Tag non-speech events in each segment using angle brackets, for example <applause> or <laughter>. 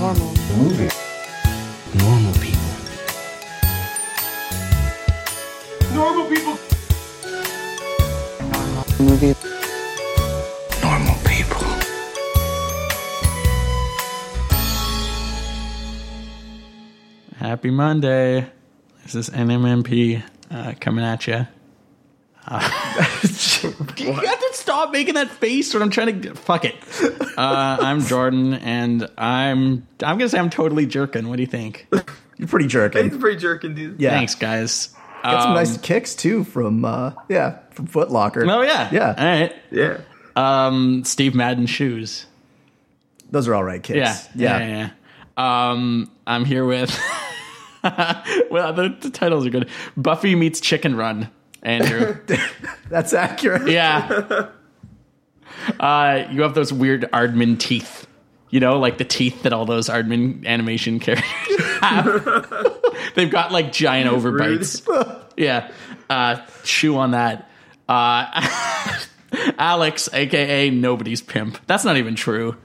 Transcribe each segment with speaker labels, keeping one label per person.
Speaker 1: normal.
Speaker 2: Movie.
Speaker 3: Normal people.
Speaker 2: Normal people.
Speaker 1: Movie.
Speaker 3: Normal people.
Speaker 4: Happy Monday. This is NMMP uh, coming at <laughs> you. you have to stop making that face when I'm trying to. Fuck it. Uh, I'm Jordan, and I'm. I'm gonna say I'm totally jerking. What do you think?
Speaker 5: You're pretty jerking.
Speaker 6: <laughs> It's pretty jerking, dude.
Speaker 5: Yeah.
Speaker 4: Thanks, guys.
Speaker 5: Got some
Speaker 4: Um,
Speaker 5: nice kicks too from uh yeah, from Foot Locker.
Speaker 4: Oh yeah. All
Speaker 5: Yeah.
Speaker 4: right.
Speaker 6: Yeah.
Speaker 4: Um, Steve Madden shoes.
Speaker 5: Those are all right kicks.
Speaker 4: Yeah. Yeah.
Speaker 5: Yeah.
Speaker 4: yeah, yeah. Um, I'm here with. <laughs> well, the, the titles are good. Buffy meets Chicken Run. Andrew.
Speaker 5: That's accurate.
Speaker 4: Yeah. <laughs> Uh, you have those weird Ardman teeth. You know, like the teeth that all those Ardman animation characters <laughs> have. <laughs> They've got like giant overbites.
Speaker 6: <laughs>
Speaker 4: Yeah. Uh, chew on that. Uh, <laughs> Alex, aka nobody's pimp. That's not even true.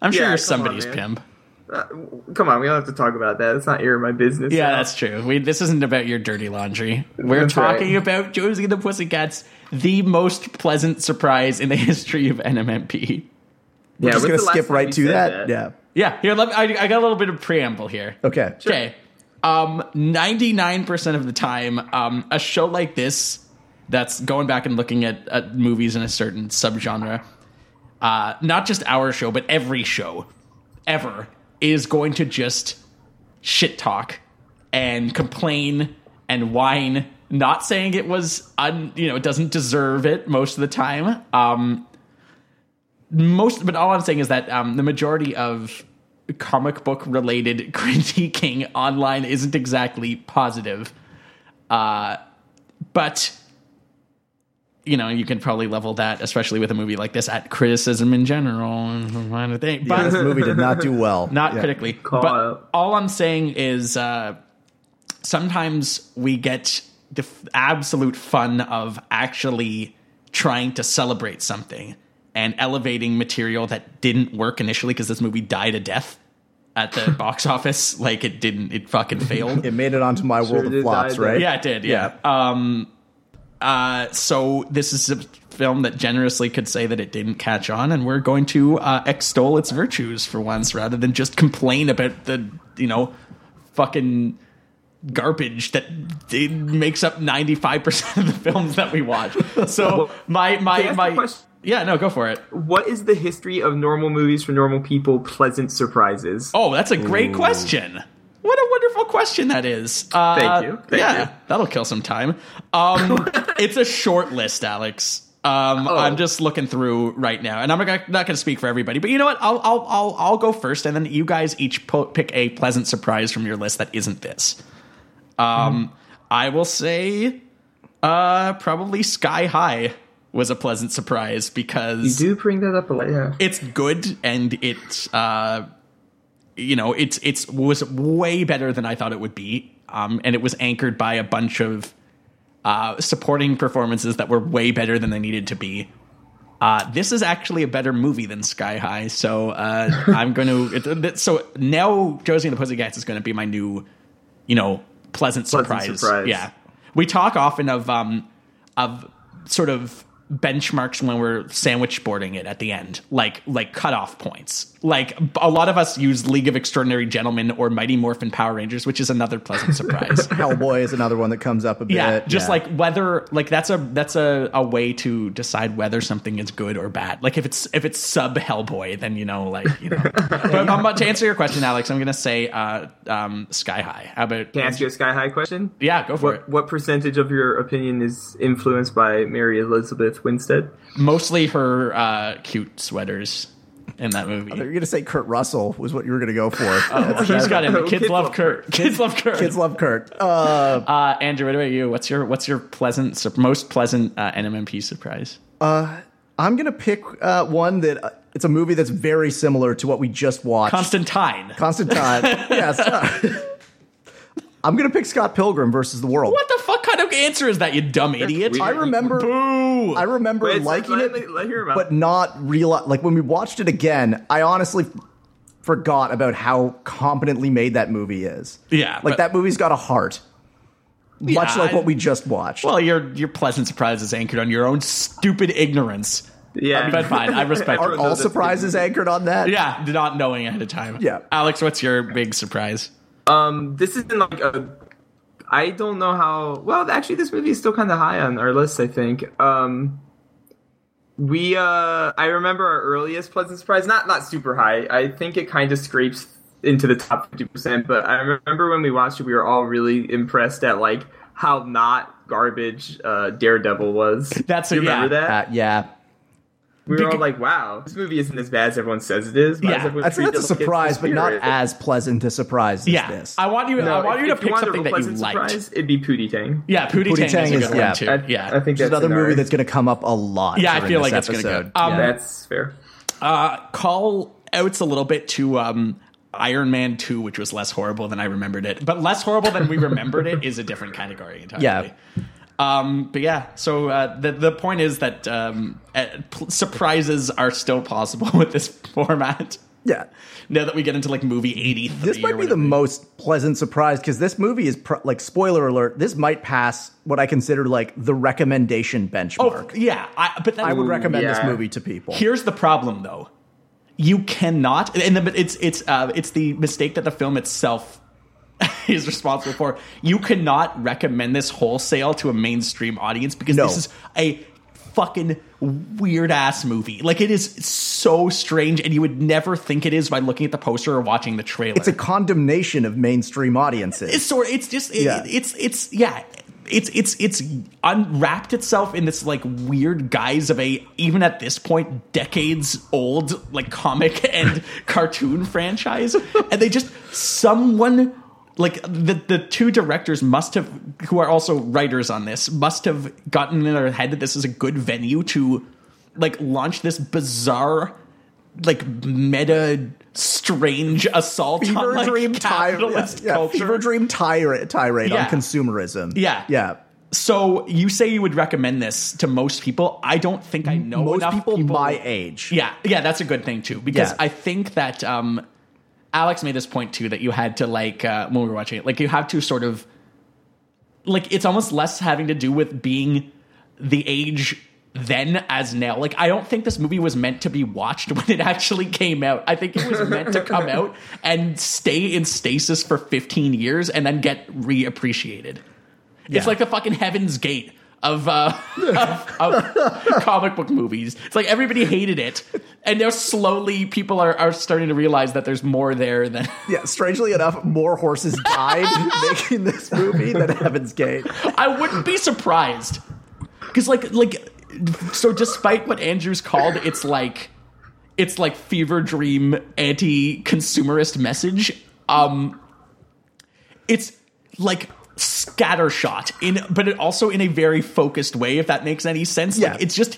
Speaker 4: I'm sure
Speaker 6: Yeah,
Speaker 4: you're
Speaker 6: come on,
Speaker 4: somebody's
Speaker 6: man.
Speaker 4: pimp.
Speaker 6: Uh, come on, we don't have to talk about that. It's not your my business.
Speaker 4: Yeah, that's true. We, this isn't about your dirty laundry. We're
Speaker 6: That's right.
Speaker 4: talking about Josie and the Pussycats, the most pleasant surprise in the history of NMMP.
Speaker 6: yeah.
Speaker 5: Just
Speaker 6: when's
Speaker 5: gonna
Speaker 6: the last
Speaker 5: skip
Speaker 6: time
Speaker 5: right
Speaker 6: you
Speaker 5: to
Speaker 6: said
Speaker 5: that. Yeah.
Speaker 4: Yeah, here, let me, I, I got a little bit of preamble here.
Speaker 5: Okay.
Speaker 4: Okay. Um, 99% of the time, um, a show like this that's going back and looking at, at movies in a certain subgenre, uh, not just our show, but every show ever is going to just shit talk and complain and whine, not saying it was, un, you know, it doesn't deserve it most of the time. Um, most, but all I'm saying is that um, the majority of comic book related <laughs> critiquing online isn't exactly positive. Uh, but you know, you can probably level that, especially with a movie like this, at criticism in general <laughs> and kind of thing.
Speaker 5: Yeah,
Speaker 4: But
Speaker 5: this movie did not do well.
Speaker 4: <laughs> not
Speaker 5: Yeah.
Speaker 4: critically.
Speaker 6: Call
Speaker 4: but
Speaker 6: out.
Speaker 4: all I'm saying is uh, sometimes we get the f- absolute fun of actually trying to celebrate something and elevating material that didn't work initially because this movie died a death at the box office. Like it didn't, it fucking failed.
Speaker 5: It made it onto my world of
Speaker 6: did
Speaker 5: flops,
Speaker 6: die,
Speaker 5: right?
Speaker 4: Yeah, it did. Yeah. Um. Uh. So this is a film that generously could say that it didn't catch on, and we're going to uh, extol its virtues for once, rather than just complain about the you know fucking garbage that it makes up ninety five percent of the films that we watch. So my
Speaker 6: Can I
Speaker 4: my
Speaker 6: ask a
Speaker 4: my.
Speaker 6: question?
Speaker 4: Yeah, no, go for it.
Speaker 6: that. What is the history of normal movies for normal people? Pleasant surprises.
Speaker 4: Oh, that's a great question. What a wonderful question that is. Uh,
Speaker 6: Thank you. Thank
Speaker 4: yeah,
Speaker 6: you.
Speaker 4: that'll kill some time.
Speaker 6: <laughs>
Speaker 4: Um, it's a short list, Alex. Um,
Speaker 6: Oh.
Speaker 4: I'm just looking through right now, and I'm not gonna, not going to speak for everybody, but you know what? I'll I'll I'll, I'll go first, and then you guys each po- pick a pleasant surprise from your list that isn't this.
Speaker 6: Hmm.
Speaker 4: Um, I will say, uh, probably Sky High was a pleasant surprise
Speaker 6: You
Speaker 4: because
Speaker 6: do bring that up a lot. Yeah.
Speaker 4: it's good and it's uh you know it's it's was way better than i thought it would be um and it was anchored by a bunch of uh supporting performances that were way better than they needed to be uh this is actually a better movie than sky high so uh i'm going to it, <laughs> so now josie and the pussycats is going to be my new you know pleasant surprise.
Speaker 6: surprise.
Speaker 4: yeah we talk often of um of sort of benchmarks when we're sandwich boarding it at the end like like cutoff points like a lot of us use league of extraordinary gentlemen or mighty morphin power rangers which is another pleasant surprise
Speaker 5: Hellboy is another one that comes up a bit.
Speaker 4: yeah just like whether like that's a that's a, a way to decide whether something is good or bad like if it's if it's sub hellboy then you know like you know but I'm about to answer your question alex i'm gonna say uh um sky high how about
Speaker 6: Can I ask you a sky high question?
Speaker 4: yeah go for it
Speaker 6: What, what percentage of your opinion is influenced by Mary Elizabeth Winstead?
Speaker 4: mostly her uh, cute sveters in that
Speaker 5: you're
Speaker 4: movie.
Speaker 5: gonna say Kurt Russell was what you were gonna go
Speaker 4: <laughs>
Speaker 5: for.
Speaker 4: Oh, he's got him. Kids,
Speaker 6: Kids
Speaker 4: love
Speaker 6: love
Speaker 4: Kurt. Kids love Kurt.
Speaker 5: <laughs> Kids love Kurt. Uh,
Speaker 4: Uh, Andrew, what about you? What's your what's your pleasant, sur- most pleasant uh, NMMP surprise?
Speaker 5: I'm gonna pick uh, one that uh, it's a movie that's very similar to what we just watched.
Speaker 4: Constantine. <laughs>
Speaker 5: Constantine. yes. <laughs> I'm gonna pick Scott Pilgrim versus the World.
Speaker 4: what the fuck kind of answer is that? You dumb idiot.
Speaker 5: I remember.
Speaker 4: Boo.
Speaker 5: I remember
Speaker 6: Wait, so
Speaker 5: liking
Speaker 6: let
Speaker 5: it,
Speaker 6: me- let me hear him out.
Speaker 5: but not real. Like when we watched it again, I honestly, forgot about how competently made that movie is.
Speaker 4: Yeah,
Speaker 5: like
Speaker 4: but-
Speaker 5: that movie's got a heart, much
Speaker 4: Yeah,
Speaker 5: like what
Speaker 4: I-
Speaker 5: we just watched.
Speaker 4: Well, your your pleasant surprise is anchored on your own stupid ignorance.
Speaker 6: Yeah.
Speaker 4: But fine, I <laughs> respect
Speaker 6: Are
Speaker 4: it.
Speaker 5: All
Speaker 6: that's-
Speaker 5: surprises anchored on that.
Speaker 4: Yeah, not knowing ahead of time.
Speaker 5: Yeah.
Speaker 4: Alex, what's your big surprise?
Speaker 6: Um, this isn't like a. I don't know how. Well, actually, this movie is still kind of high on our list. I think. Um, we. Uh, I remember our earliest pleasant surprise. Not not super high. I think it kind of scrapes into the top fifty percent. But I remember when we watched it, we were all really impressed at like how not garbage uh, Daredevil was.
Speaker 4: That's a-
Speaker 6: you remember
Speaker 4: yeah.
Speaker 6: that.
Speaker 5: Uh, yeah.
Speaker 6: We were all
Speaker 4: Because-
Speaker 6: like, "Wow, this movie isn't as bad as everyone says it is." Why
Speaker 4: Yeah,
Speaker 6: is everyone
Speaker 5: That's,
Speaker 6: treating
Speaker 5: that's a
Speaker 6: Daredevil
Speaker 5: surprise,
Speaker 6: kids with
Speaker 5: but not
Speaker 6: spirit?
Speaker 5: as pleasant a surprise as
Speaker 4: Yeah,
Speaker 5: this.
Speaker 4: I want you. I
Speaker 6: No,
Speaker 4: want
Speaker 6: if-
Speaker 4: you to
Speaker 6: if
Speaker 4: pick
Speaker 6: wanted a
Speaker 4: something that you
Speaker 6: pleasant
Speaker 4: liked.
Speaker 6: surprise, it'd be Pootie Tang.
Speaker 4: Yeah, Pootie,
Speaker 5: Pootie
Speaker 4: Tang,
Speaker 5: Tang
Speaker 4: is a
Speaker 5: is-
Speaker 4: good
Speaker 5: yeah.
Speaker 4: one too.
Speaker 6: I,
Speaker 4: yeah,
Speaker 6: I think
Speaker 5: Which is
Speaker 6: that's
Speaker 5: another
Speaker 6: in
Speaker 5: movie
Speaker 6: our-
Speaker 5: that's going to come up a lot.
Speaker 4: Yeah, I
Speaker 5: during
Speaker 4: feel
Speaker 5: this
Speaker 4: like it's gonna go.
Speaker 5: episode.
Speaker 4: Um,
Speaker 5: Yeah.
Speaker 6: That's fair.
Speaker 4: uh, call outs a little bit to um, Iron Man Two, which was less horrible than I remembered it, but less horrible than we remembered it is a different category entirely.
Speaker 5: Yeah.
Speaker 4: Um, but yeah, so uh, the the point is that um, uh, pl- surprises are still possible <laughs> with this format.
Speaker 5: yeah.
Speaker 4: Now that we get into like movie eighty three,
Speaker 5: This might be the most pleasant surprise because this movie is pr- like spoiler alert. This might pass what I consider like the recommendation
Speaker 4: Oh
Speaker 5: benchmark.
Speaker 4: yeah, I, but that,
Speaker 5: I would recommend this
Speaker 6: yeah.
Speaker 5: movie to people.
Speaker 4: Here's the problem, though. You cannot, and the, it's it's uh, it's the mistake that the film itself <laughs> is responsible for. You cannot recommend this wholesale to a mainstream audience because
Speaker 5: No.
Speaker 4: this is a fucking weird ass movie. Like it is so strange, and you would never think it is by looking at the poster or watching the trailer.
Speaker 5: it's a condemnation of mainstream audiences.
Speaker 4: it's sort. It's just. It,
Speaker 5: Yeah.
Speaker 4: It's it's yeah. It's it's it's unwrapped itself in this like weird guise of a even at this point decades old like comic <laughs> and cartoon franchise, and they just someone like the the two directors must have who are also writers on this must have gotten in their head that this is a good venue to like launch this bizarre like meta strange assault
Speaker 5: <laughs> fever
Speaker 4: on like, <laughs>
Speaker 5: dream tirade.
Speaker 4: capitalist
Speaker 5: yeah,
Speaker 4: culture.
Speaker 5: fever dream tirade, tirade
Speaker 4: Yeah.
Speaker 5: on consumerism.
Speaker 4: Yeah.
Speaker 5: yeah.
Speaker 4: So you say you would recommend this to most people. I don't think I know
Speaker 5: Most
Speaker 4: Oh, enough
Speaker 5: people, my age.
Speaker 4: Yeah, yeah, that's a good thing too because
Speaker 5: Yeah.
Speaker 4: I think that um, Alex made this point too that you had to like uh, when we were watching it, like you have to sort of like it's almost less having to do with being the age then as now. Like I don't think this movie was meant to be watched <laughs> when it actually came out. I think it was meant to come out and stay in stasis for 15 years and then get reappreciated. It's like the fucking Heaven's Gate of, uh, of, of comic book movies. It's like everybody hated it, and now slowly people are, are starting to realize that there's more there than. <laughs>
Speaker 5: yeah. Strangely enough, more horses died making this movie than Heaven's Gate.
Speaker 4: I wouldn't be surprised because like like so despite what Andrews called it's like it's like fever dream anti-consumerist message. Um, it's like scattershot in, but it also in a very focused way. If that makes any sense,
Speaker 5: Yeah.
Speaker 4: like it's just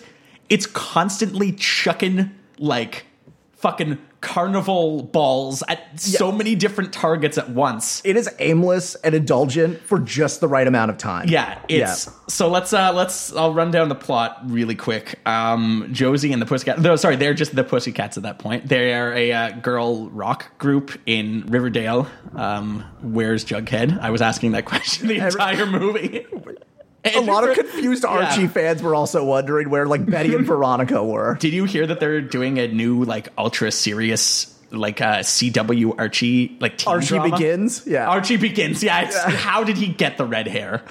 Speaker 4: it's constantly chucking like fucking carnival balls at so many different targets at once.
Speaker 5: It is aimless and indulgent for just the right amount of time.
Speaker 4: Yeah, it's so let's uh let's I'll run down the plot really quick. Um Josie and the Pussycat no sorry, they're just the Pussycats at that point. They are a uh, girl rock group in Riverdale. Um where's Jughead? I was asking that <laughs> question the
Speaker 5: Every-
Speaker 4: entire
Speaker 5: <laughs>
Speaker 4: movie. <laughs>
Speaker 5: a lot of confused Archie fans were also wondering where like Betty
Speaker 4: <laughs>
Speaker 5: and Veronica were.
Speaker 4: Did you hear that they're doing a new like ultra serious like uh CW Archie like teen
Speaker 5: Archie
Speaker 4: drama?
Speaker 5: begins. Yeah.
Speaker 4: Archie begins. Yeah, it's, how did he get the red
Speaker 5: <laughs>
Speaker 4: hair?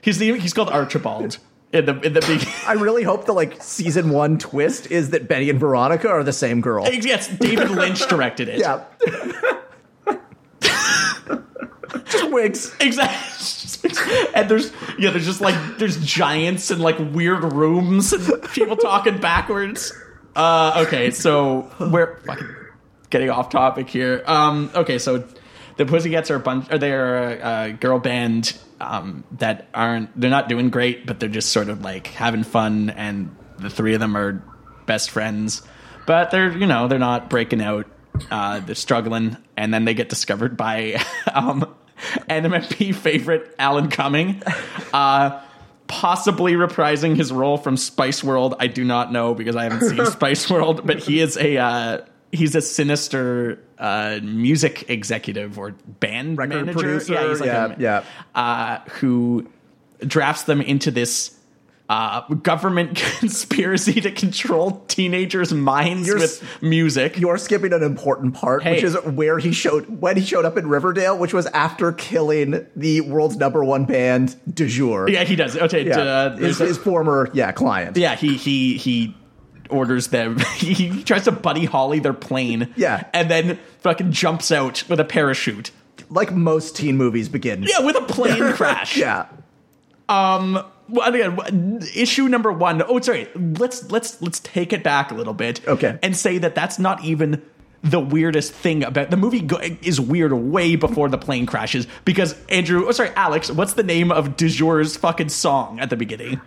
Speaker 4: he's the, he's called Archibald in the in the beginning.
Speaker 5: I really hope the like season one twist is that Betty and Veronica are the same girl.
Speaker 4: Yes, David Lynch directed it. <laughs>
Speaker 5: Yeah. Just wigs.
Speaker 4: Exactly. <laughs> And there's yeah, there's just like there's giants and like weird rooms and people talking backwards. Uh okay, so we're fucking getting off topic here. Um okay, so the Pussycats are a bunch are they're a, a girl band um that aren't they're not doing great, but they're just sort of like having fun and the three of them are best friends. But they're you know, they're not breaking out. Uh, they're struggling, and then they get discovered by <laughs> um, NMFP <laughs> favorite Alan Cumming, uh, possibly reprising
Speaker 5: <laughs>
Speaker 4: his role from Spice World. I do not know because I haven't seen Spice World, but he is a uh, he's a sinister uh, music executive or band
Speaker 5: Record
Speaker 4: manager.
Speaker 5: producer,
Speaker 4: yeah, he's like
Speaker 5: yeah,
Speaker 4: a,
Speaker 5: yeah.
Speaker 4: Uh, who drafts them into this uh, government <laughs> conspiracy to control teenagers' minds
Speaker 5: You're s-
Speaker 4: with music.
Speaker 5: You're skipping an important part, which
Speaker 4: Hey.
Speaker 5: is where he showed when he showed up in Riverdale, which was after killing the world's number one band, De Jour.
Speaker 4: yeah, he does. Okay,
Speaker 5: Yeah.
Speaker 4: uh,
Speaker 5: his,
Speaker 4: there's a-
Speaker 5: his former yeah client.
Speaker 4: Yeah, he he he orders them. <laughs> he tries to buddy holly their plane.
Speaker 5: Yeah.
Speaker 4: and then fucking jumps out with a parachute.
Speaker 5: Like most teen movies begin.
Speaker 4: Yeah, with a
Speaker 5: <laughs>
Speaker 4: plane crash. Um,
Speaker 5: Yeah.
Speaker 4: Well, again, w- issue number one. Oh, sorry. Let's let's let's take it back a little bit.
Speaker 5: Okay.
Speaker 4: and say that that's not even the weirdest thing about the movie go- is weird way before the plane crashes because Andrew. Oh, sorry, Alex. What's the name of De Jour's fucking song at the beginning?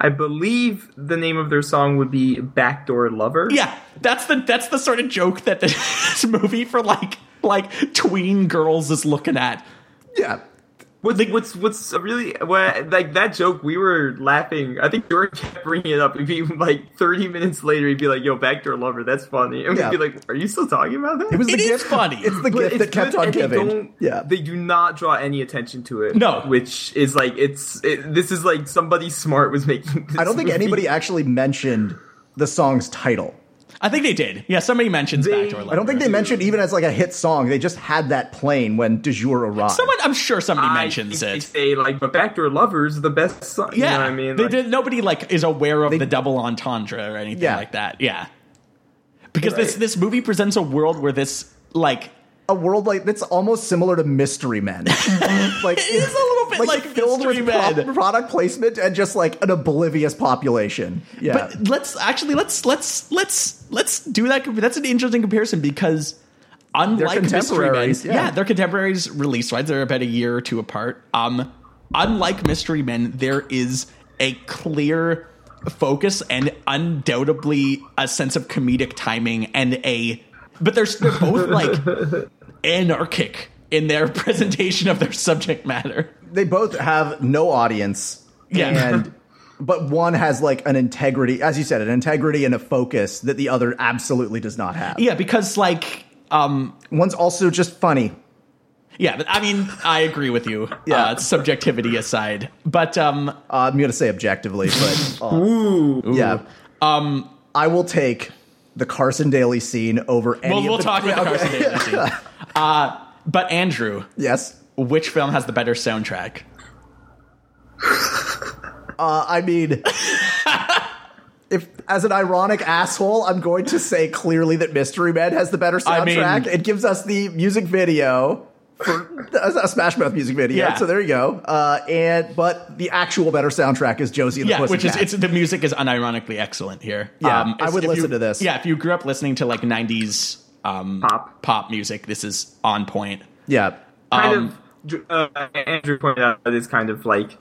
Speaker 6: I believe the name of their song would be Backdoor Lover.
Speaker 4: Yeah, that's the that's the <laughs> sort of joke that this movie for like like tween girls is looking at.
Speaker 5: Yeah.
Speaker 6: What's what's what's really what, like that joke? We were laughing. I think George kept bringing it up. It'd be like thirty minutes later. He'd be like, "Yo, Backdoor Lover, that's funny," and we'd
Speaker 5: Yeah.
Speaker 6: be like, "Are you still talking about that?"
Speaker 5: It was
Speaker 4: It
Speaker 5: the
Speaker 4: is
Speaker 5: gift.
Speaker 4: funny.
Speaker 5: It's the
Speaker 6: But
Speaker 5: gift
Speaker 6: it's
Speaker 5: that kept
Speaker 6: good
Speaker 5: on
Speaker 6: and they
Speaker 5: giving.
Speaker 6: don't-
Speaker 5: Yeah.
Speaker 6: they do not draw any attention to it.
Speaker 4: No.
Speaker 6: which is like it's it, this is like somebody smart was making. This
Speaker 5: I don't think
Speaker 6: movie.
Speaker 5: anybody actually mentioned the song's title.
Speaker 4: I think they did. Yeah, somebody mentions
Speaker 6: They-
Speaker 4: backdoor. Lover.
Speaker 5: I don't think they mentioned even as like a hit song. They just had that playing when De Jour arrived.
Speaker 4: Someone, I'm sure somebody
Speaker 6: I
Speaker 4: mentions
Speaker 6: think
Speaker 4: it.
Speaker 6: They say like, "But Backdoor Lovers, the best song."
Speaker 4: Yeah,
Speaker 6: you know what I mean,
Speaker 4: they
Speaker 6: Like,
Speaker 4: did. Nobody like is aware of the double entendre or anything
Speaker 5: Yeah.
Speaker 4: like that. Yeah, because this
Speaker 6: Right.
Speaker 4: this movie presents a world where this like
Speaker 5: a world like that's almost similar to
Speaker 4: <laughs>
Speaker 5: Mystery Men. like
Speaker 4: It is a little bit like
Speaker 5: filled
Speaker 4: Mystery
Speaker 5: with pro-
Speaker 4: Men.
Speaker 5: product placement and just like an oblivious population. Yeah.
Speaker 4: But let's actually let's let's let's let's do that. That's an interesting comparison because unlike Mystery Men,
Speaker 5: contemporaries,
Speaker 4: yeah.
Speaker 5: yeah.
Speaker 4: they're contemporaries release wise. They're about a year or two apart. Um, unlike Mystery Men, there is a clear focus and undoubtedly a sense of comedic timing and a. But they're, they're
Speaker 5: <laughs>
Speaker 4: both like anarchic in their <laughs> presentation of their subject matter.
Speaker 5: they both have no audience.
Speaker 4: Yeah.
Speaker 5: And but one has like an integrity, as you said, an integrity and a focus that the other absolutely does not have.
Speaker 4: Yeah, because like um,
Speaker 5: One's also just funny.
Speaker 4: Yeah, but I mean, I agree with you.
Speaker 5: Yeah.
Speaker 4: uh, subjectivity aside, but um,
Speaker 5: Uh, I'm going to say
Speaker 4: <laughs>
Speaker 5: objectively, but uh,
Speaker 6: Ooh.
Speaker 5: yeah. Um, I will take the Carson Daly scene over any.
Speaker 4: we'll,
Speaker 5: of
Speaker 4: we'll
Speaker 5: the-
Speaker 4: talk about the
Speaker 5: Okay.
Speaker 4: Carson Daly scene.
Speaker 5: <laughs>
Speaker 4: Uh, but Andrew,
Speaker 5: Yes.
Speaker 4: which film has the better soundtrack?
Speaker 5: Uh, I
Speaker 4: <laughs>
Speaker 5: mean, if as an ironic asshole, I'm going to say clearly that Mystery Men has the better
Speaker 4: I mean-
Speaker 5: soundtrack. it gives us the music video for a, a Smash Mouth music video.
Speaker 4: Yeah.
Speaker 5: So there you go. Uh, and but the actual better soundtrack is Josie and
Speaker 4: Yeah,
Speaker 5: the
Speaker 4: which is
Speaker 5: Pussycats.
Speaker 4: it's the music is unironically excellent here. Um,
Speaker 5: Yeah, I
Speaker 4: if-
Speaker 5: would
Speaker 4: if
Speaker 5: listen
Speaker 4: you-
Speaker 5: to this.
Speaker 4: Yeah, if you grew up listening to like '90s um,
Speaker 6: Pop.
Speaker 4: pop music, this is on point.
Speaker 5: yeah.
Speaker 6: kind
Speaker 4: Um,
Speaker 6: of uh, Andrew pointed out that it's kind of like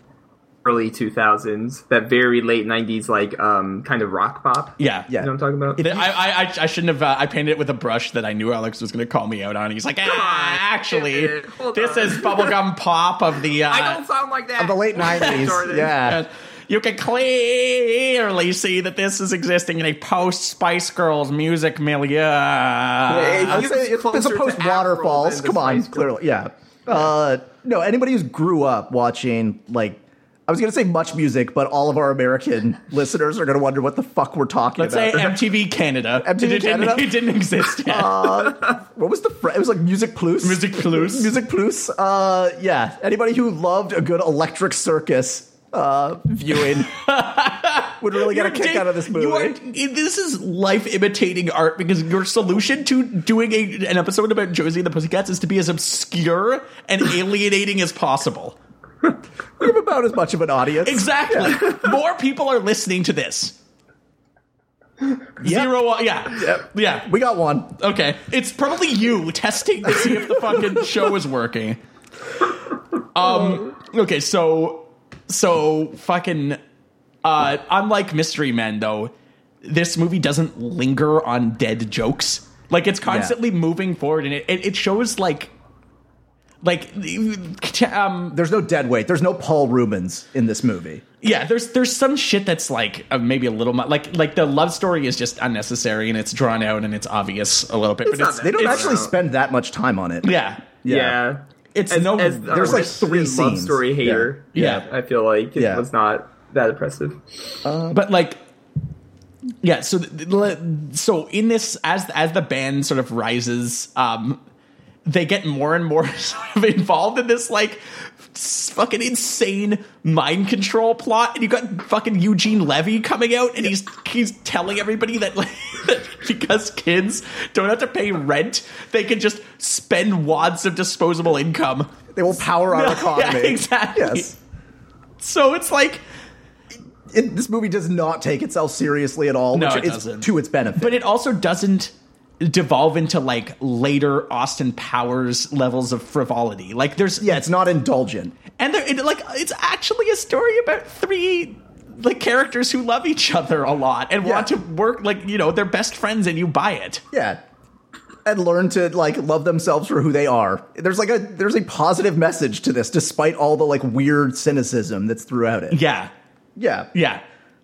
Speaker 6: early 2000s, that very late 90s like um kind of rock pop.
Speaker 4: Yeah,
Speaker 5: Yeah.
Speaker 6: You know what I'm talking about?
Speaker 4: I, I, I- I shouldn't have. Uh, I painted it with a brush that I knew Alex was going to call me out on. He's like,
Speaker 6: on.
Speaker 4: ah, actually,
Speaker 6: Dude, hold
Speaker 4: this
Speaker 6: on."
Speaker 4: is bubblegum pop of the. Uh,
Speaker 6: <laughs> I don't sound like that.
Speaker 5: The late
Speaker 6: <laughs>
Speaker 5: '90s.
Speaker 6: Jordan.
Speaker 5: yeah.
Speaker 4: And you can clearly see that this is existing in a post Spice Girls music milieu.
Speaker 6: Hey,
Speaker 5: Uh, I'd
Speaker 6: you
Speaker 5: say it's,
Speaker 6: closer
Speaker 5: it's a
Speaker 6: to
Speaker 5: post waterfalls.
Speaker 6: Avril than
Speaker 5: Come
Speaker 6: the
Speaker 5: on,
Speaker 6: Spice Girls.
Speaker 5: clearly, yeah. Uh, no, anybody who's grew up watching like. I was going to say much music, but all of our American <laughs> listeners are going to wonder what the fuck we're talking
Speaker 4: Let's say
Speaker 5: about.
Speaker 4: MTV
Speaker 5: <laughs>
Speaker 4: Canada.
Speaker 5: MTV
Speaker 4: it, didn't-
Speaker 5: Canada? Oh,
Speaker 4: it didn't exist yet.
Speaker 5: what was the fr- it was like Music Plus.
Speaker 4: Music Plus.
Speaker 5: <laughs> Music Plus. Uh, yeah, anybody who loved a good electric circus uh,
Speaker 4: <laughs>
Speaker 5: viewing would really get a kick
Speaker 4: Dave,
Speaker 5: out of this movie.
Speaker 4: You are, this is life imitating art because your solution to doing a, an episode about Josie and the Pussycats is to be as obscure
Speaker 5: <laughs>
Speaker 4: and alienating as possible.
Speaker 5: we have about as much of an audience.
Speaker 4: Exactly. More people are listening to this. Zero. uh, Yeah. Yeah.
Speaker 5: We got one.
Speaker 4: Okay, it's probably you testing to see if the fucking show is working. Um. Okay, so so fucking. Uh, unlike Mystery Men, though, this movie doesn't linger on dead jokes. Like it's constantly moving forward, and it, it it shows like Like, um,
Speaker 5: There's no dead weight. There's no Paul Rubens in this movie.
Speaker 4: yeah, there's there's some shit that's like uh, maybe a little mu- like like the love story is just unnecessary and it's drawn out and it's obvious a little bit. but
Speaker 6: not
Speaker 4: it's,
Speaker 6: that
Speaker 5: They don't
Speaker 6: It's-
Speaker 5: actually spend that much time on it.
Speaker 4: <laughs> yeah,
Speaker 6: Yeah.
Speaker 4: It's no-
Speaker 5: there's, like, three
Speaker 6: Russian love
Speaker 5: scenes.
Speaker 6: story hater.
Speaker 4: Yeah. uh, Yeah.
Speaker 6: I feel like it
Speaker 5: Yeah.
Speaker 6: was not that impressive.
Speaker 4: but like yeah so th- th- le- so in this as as the band sort of rises um they get more and more <laughs> sort of involved in this like s- fucking insane mind control plot and you got fucking Eugene Levy coming out and he's he's telling everybody that <laughs> like that because kids don't have to pay rent they can just spend wads of disposable income
Speaker 5: They will
Speaker 4: <laughs>
Speaker 5: power our
Speaker 4: Yeah,
Speaker 5: economy.
Speaker 4: exactly.
Speaker 5: Yes.
Speaker 4: so it's like
Speaker 5: It, this movie does not take itself seriously at all,
Speaker 4: No,
Speaker 5: which
Speaker 4: it
Speaker 5: is
Speaker 4: doesn't.
Speaker 5: to its benefit.
Speaker 4: but it also doesn't devolve into like later Austin Powers levels of frivolity. Like there's
Speaker 5: yeah, it's not indulgent.
Speaker 4: and there it, like it's actually a story about three like characters who love each other a lot and want to
Speaker 5: Yeah.
Speaker 4: work like you know they're best friends and you buy it.
Speaker 5: Yeah. And learn to like love themselves for who they are. There's like a there's a positive message to this, despite all the like weird cynicism that's throughout it.
Speaker 4: Yeah.
Speaker 5: Yeah.
Speaker 4: Yeah.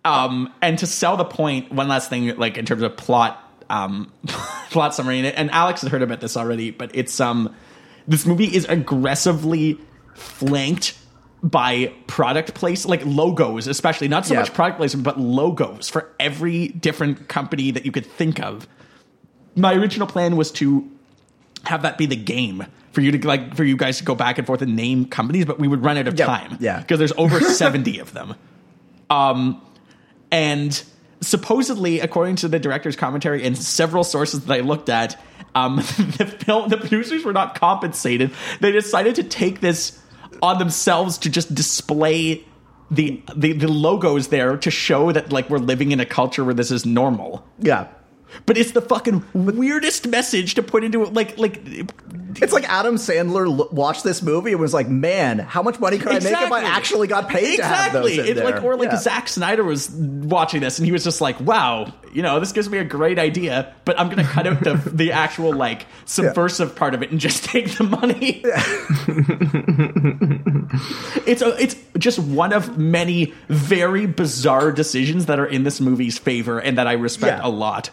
Speaker 4: Um, and to sell the point, one last thing, like in terms of plot, um, <laughs> plot summary, and, and Alex had heard about this already, but it's um, this movie is aggressively flanked by product place, like logos, especially not so
Speaker 5: Yeah.
Speaker 4: much product placement, but logos for every different company that you could think of. My original plan was to have that be the game for you to like for you guys to go back and forth and name companies, but we would run out of
Speaker 5: Yeah,
Speaker 4: time.
Speaker 5: yeah.
Speaker 4: Because there's over 70 of them. Um and supposedly, according to the director's commentary and several sources that I looked at, um, <laughs> the film the producers were not compensated. They decided to take this on themselves to just display the the, the logos there to show that like we're living in a culture where this is normal.
Speaker 5: Yeah.
Speaker 4: But it's the fucking weirdest message to put into like like
Speaker 5: It's like Adam Sandler l- watched this movie and was like, "Man, how much money could I make if I
Speaker 4: Exactly.
Speaker 5: actually got paid to have those
Speaker 4: exactly.
Speaker 5: in
Speaker 4: It's
Speaker 5: there?"
Speaker 4: like or like
Speaker 5: Yeah.
Speaker 4: Zack Snyder was watching this and he was just like, "Wow, you know, this gives me a great idea, but I'm gonna cut out
Speaker 5: <laughs>
Speaker 4: the the actual like subversive part of it and just <laughs> take the money." it's a, it's just one of many very bizarre decisions that are in this movie's favor and that I respect
Speaker 5: Yeah.
Speaker 4: a lot.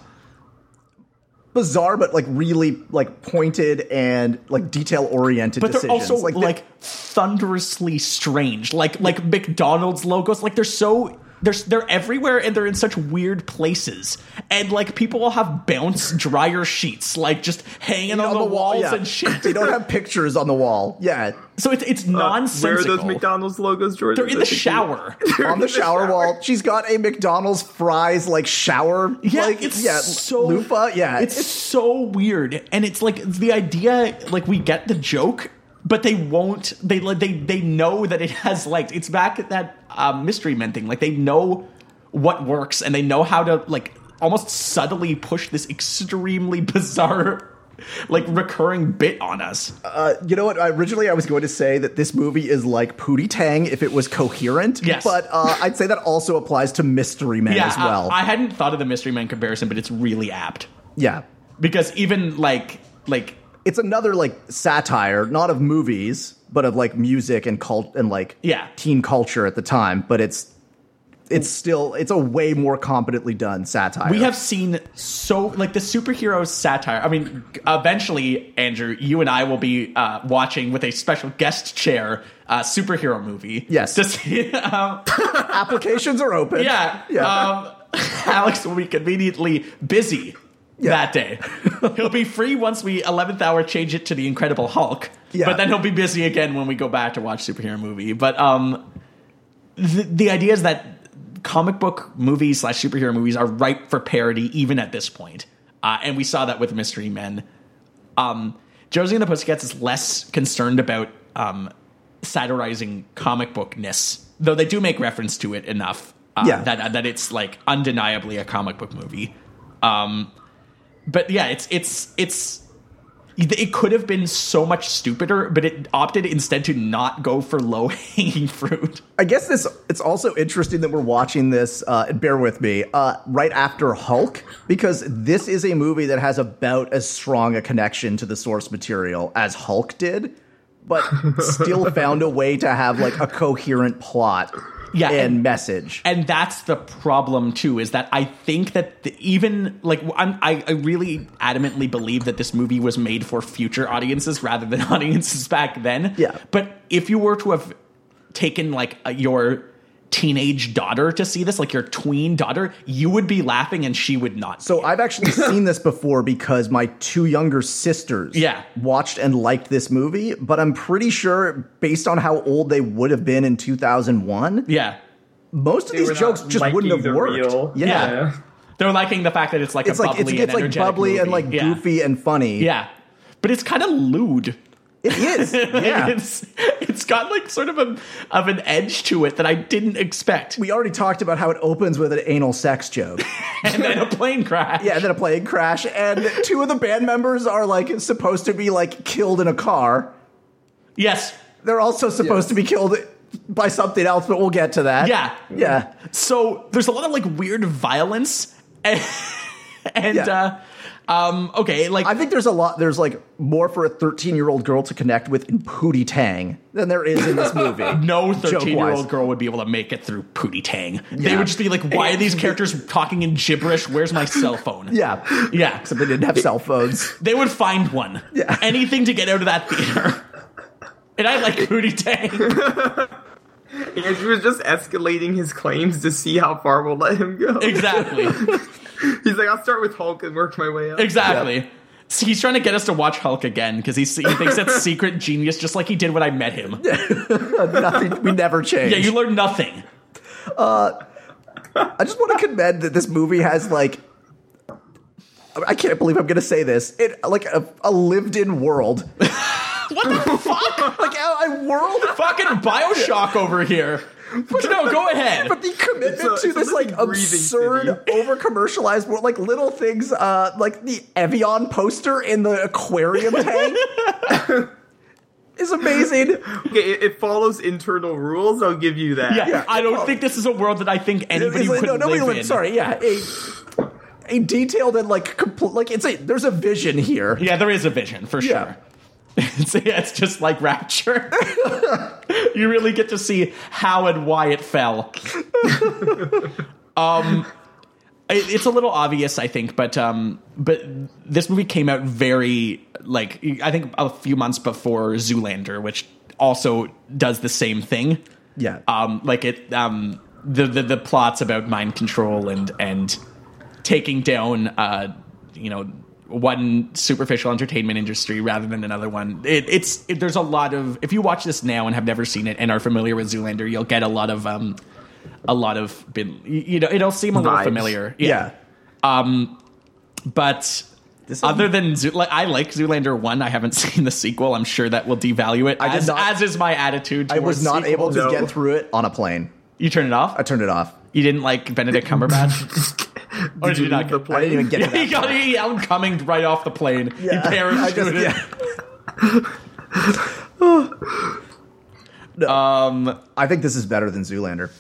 Speaker 5: bizarre, but like really like pointed and like detail oriented.
Speaker 4: but
Speaker 5: decisions.
Speaker 4: they're also like,
Speaker 5: they-
Speaker 4: thunderously strange like like mcdonald's logos like they're so they're, they're everywhere and they're in such weird places and like people will have bounce dryer sheets like just hanging on, the,
Speaker 5: wall,
Speaker 4: walls
Speaker 5: yeah.
Speaker 4: and shit
Speaker 5: <laughs> they don't have pictures on the wall.
Speaker 4: <laughs>
Speaker 5: Yeah,
Speaker 4: so it's it's
Speaker 6: Uh, Where are
Speaker 4: nonsensical
Speaker 6: those McDonald's logos, Jordan?
Speaker 4: they're in the shower
Speaker 5: on the shower wall, she's got a McDonald's fries like shower.
Speaker 4: Yeah,
Speaker 5: like,
Speaker 4: it's
Speaker 5: yeah,
Speaker 4: so
Speaker 5: loofah. Yeah,
Speaker 4: it's, so weird, and it's like the idea. Like we get the joke, but they won't. They like they they know that it has legs. It's back at that um, mystery men thing. Like they know what works, and they know how to like almost subtly push this extremely <laughs> bizarre, like recurring bit on us.
Speaker 5: Uh, you know what? Originally, I was going to say that this movie is like Pootie Tang if it was coherent.
Speaker 4: Yes.
Speaker 5: but uh, I'd say that also applies to Mystery Man
Speaker 4: yeah,
Speaker 5: as well.
Speaker 4: I, I hadn't thought of the mystery men comparison, but it's really apt
Speaker 5: yeah,
Speaker 4: because even like like
Speaker 5: it's another like satire, not of movies, but of like music and cult and like
Speaker 4: Yeah.
Speaker 5: teen culture at the time. But it's it's still it's a way more competently done satire.
Speaker 4: We have seen so like the superhero satire. I mean, eventually, Andrew, you and I will be uh, watching with a special guest chair uh, superhero movie.
Speaker 5: Yes.
Speaker 4: to see. <laughs> Um,
Speaker 5: applications are open.
Speaker 4: yeah,
Speaker 5: yeah.
Speaker 4: Um, <laughs> Alex will be conveniently busy that day. he'll be free once we eleventh hour change it to the Incredible Hulk.
Speaker 5: Yeah.
Speaker 4: but then he'll be busy again when we go back to watch superhero movie. But um, the, the idea is that comic book movies slash superhero movies are ripe for parody even at this point. Uh, and we saw that with Mystery Men. Um, Josie and the Pussycats is less concerned about um, satirizing comic bookness, though they do make reference to it enough uh,
Speaker 5: Yeah.
Speaker 4: that that it's like undeniably a comic book movie. Um, but yeah, it's it's it's it could have been so much stupider, but it opted instead to not go for low hanging <laughs> fruit.
Speaker 5: I guess this it's also interesting that we're watching this. Uh, and bear with me, uh, right after Hulk, because this is a movie that has about as strong a connection to the source material as Hulk did, but
Speaker 4: <laughs>
Speaker 5: still found a way to have like a coherent plot
Speaker 4: Yeah,
Speaker 5: and,
Speaker 4: and-
Speaker 5: message.
Speaker 4: and that's the problem too is that i think that the, even like I'm, I, I really adamantly believe that this movie was made for future audiences rather than <laughs> audiences back then
Speaker 5: Yeah.
Speaker 4: but if you were to have taken like a, your teenage daughter to see this like your tween daughter you would be laughing and she would not
Speaker 5: so I've
Speaker 4: <laughs>
Speaker 5: actually seen this before because my two younger sisters
Speaker 4: Yeah.
Speaker 5: watched and liked this movie, but I'm pretty sure based on how old they would have been in 2001,
Speaker 4: yeah
Speaker 5: most of
Speaker 6: were
Speaker 5: these
Speaker 6: not
Speaker 5: jokes just
Speaker 6: liking
Speaker 5: wouldn't have
Speaker 6: the
Speaker 5: worked.
Speaker 6: real-
Speaker 5: Yeah.
Speaker 4: Yeah. they're liking the fact that it's like
Speaker 5: It's
Speaker 4: a
Speaker 5: like
Speaker 4: bubbly
Speaker 5: it's,
Speaker 4: and
Speaker 5: it's like
Speaker 4: energetic
Speaker 5: bubbly and
Speaker 4: movie.
Speaker 5: like
Speaker 4: Yeah.
Speaker 5: goofy and funny.
Speaker 4: yeah but it's kind of lewd
Speaker 5: It
Speaker 4: <laughs>
Speaker 5: is. Yeah.
Speaker 4: it's it's got like sort of a of an edge to it that I didn't
Speaker 5: <laughs>
Speaker 4: expect.
Speaker 5: we already talked about how it opens with an anal sex
Speaker 4: <laughs>
Speaker 5: joke.
Speaker 4: And then a plane crash.
Speaker 5: Yeah, and then a plane crash, and two of the band members are like supposed to be like killed in a car.
Speaker 4: Yes.
Speaker 5: They're also supposed to be killed by something else, but we'll get to that.
Speaker 4: Yeah.
Speaker 5: yeah.
Speaker 4: So there's a lot of like weird violence <laughs> and, and
Speaker 5: Yeah.
Speaker 4: uh um okay, like
Speaker 5: I think there's a lot. There's like more for a 13 year old girl to connect with in Pootie Tang than there is in this movie.
Speaker 4: <laughs> no 13 year
Speaker 5: joke-wise.
Speaker 4: old girl would be able to make it through Pootie Tang. They
Speaker 5: Yeah.
Speaker 4: would just be like, why are these characters talking in gibberish? Where's my cell phone?
Speaker 5: Yeah, <laughs>
Speaker 4: Yeah.
Speaker 5: they didn't have cell phones.
Speaker 4: They would find one.
Speaker 5: Yeah.
Speaker 4: Anything to get out of that theater. And I like Pootie
Speaker 5: <laughs>
Speaker 4: Tang.
Speaker 6: Andrew was just escalating his claims to see how far we'll let him go.
Speaker 4: exactly.
Speaker 6: He's like, I'll start with Hulk and work my way up.
Speaker 4: Exactly. So he's trying to get us to watch Hulk again because he thinks
Speaker 5: <laughs>
Speaker 4: that's secret genius, just like he did when I met him. Yeah,
Speaker 5: Nothing. We never changed.
Speaker 4: you learn nothing.
Speaker 5: I just want to commend that this movie has like. I can't believe I'm going to say this. It like a, a lived-in world, like
Speaker 4: What the fuck?
Speaker 5: a, a world
Speaker 4: Fucking Bioshock over
Speaker 5: <laughs>
Speaker 4: here. No, go ahead.
Speaker 5: But the commitment
Speaker 6: It's a-
Speaker 5: to
Speaker 6: it's a
Speaker 5: this like
Speaker 6: living, breathing
Speaker 5: absurd, over commercialized world, like little things, uh, like the Evian poster in the
Speaker 6: <laughs>
Speaker 5: aquarium tank <laughs> is amazing.
Speaker 6: Okay, it, it follows internal rules. I'll give you that.
Speaker 4: Yeah,
Speaker 5: yeah. Oh.
Speaker 4: I don't think this is a world that I think anybody
Speaker 5: It's like-
Speaker 4: could
Speaker 5: no, nobody
Speaker 4: live
Speaker 5: lived-
Speaker 4: in.
Speaker 5: Sorry, yeah, a, a detailed and like complete, like it's a there's a vision here.
Speaker 4: Yeah, there is a vision for sure. <laughs>
Speaker 5: Yeah.
Speaker 4: It's, yeah, it's just like Rapture. <laughs> you really get to see how and why it fell. <laughs> um, it, it's a little obvious, I think, but um, but this movie came out very like I think a few months before Zoolander, which also does the same thing.
Speaker 5: Yeah.
Speaker 6: Uh,
Speaker 4: Um, like it, um, the, the the plots about mind control and and taking down, uh, you know, one superficial entertainment industry rather than another one. It, it's it, there's a lot of if you watch this now and have never seen it and are familiar with Zoolander, you'll get a lot of um, a lot of been you you know it'll seem a little
Speaker 6: Vibes.
Speaker 4: familiar.
Speaker 5: yeah.
Speaker 4: but.
Speaker 5: This
Speaker 4: Other than Zoo, like I like Zoolander one, I haven't <laughs> seen the sequel. I'm sure that will devalue it.
Speaker 5: did
Speaker 4: As,
Speaker 5: not-
Speaker 4: as is my attitude.
Speaker 5: I was
Speaker 4: towards
Speaker 5: not
Speaker 4: sequels.
Speaker 5: able to
Speaker 6: No.
Speaker 5: get through it on a plane.
Speaker 4: You turn it off.
Speaker 5: I turned it off.
Speaker 4: You didn't like Benedict
Speaker 5: <laughs>
Speaker 4: Cumberbatch? or did you,
Speaker 6: Leave
Speaker 4: not?
Speaker 6: the
Speaker 5: I didn't
Speaker 6: plane.
Speaker 5: even get to
Speaker 4: <laughs>
Speaker 5: that.
Speaker 4: he
Speaker 6: <laughs>
Speaker 4: got he yelled coming right off the plane.
Speaker 5: Yeah, <laughs>
Speaker 4: he
Speaker 5: I
Speaker 4: parachuted.
Speaker 5: just- yeah.
Speaker 4: Um,
Speaker 5: I think this is better than Zoolander.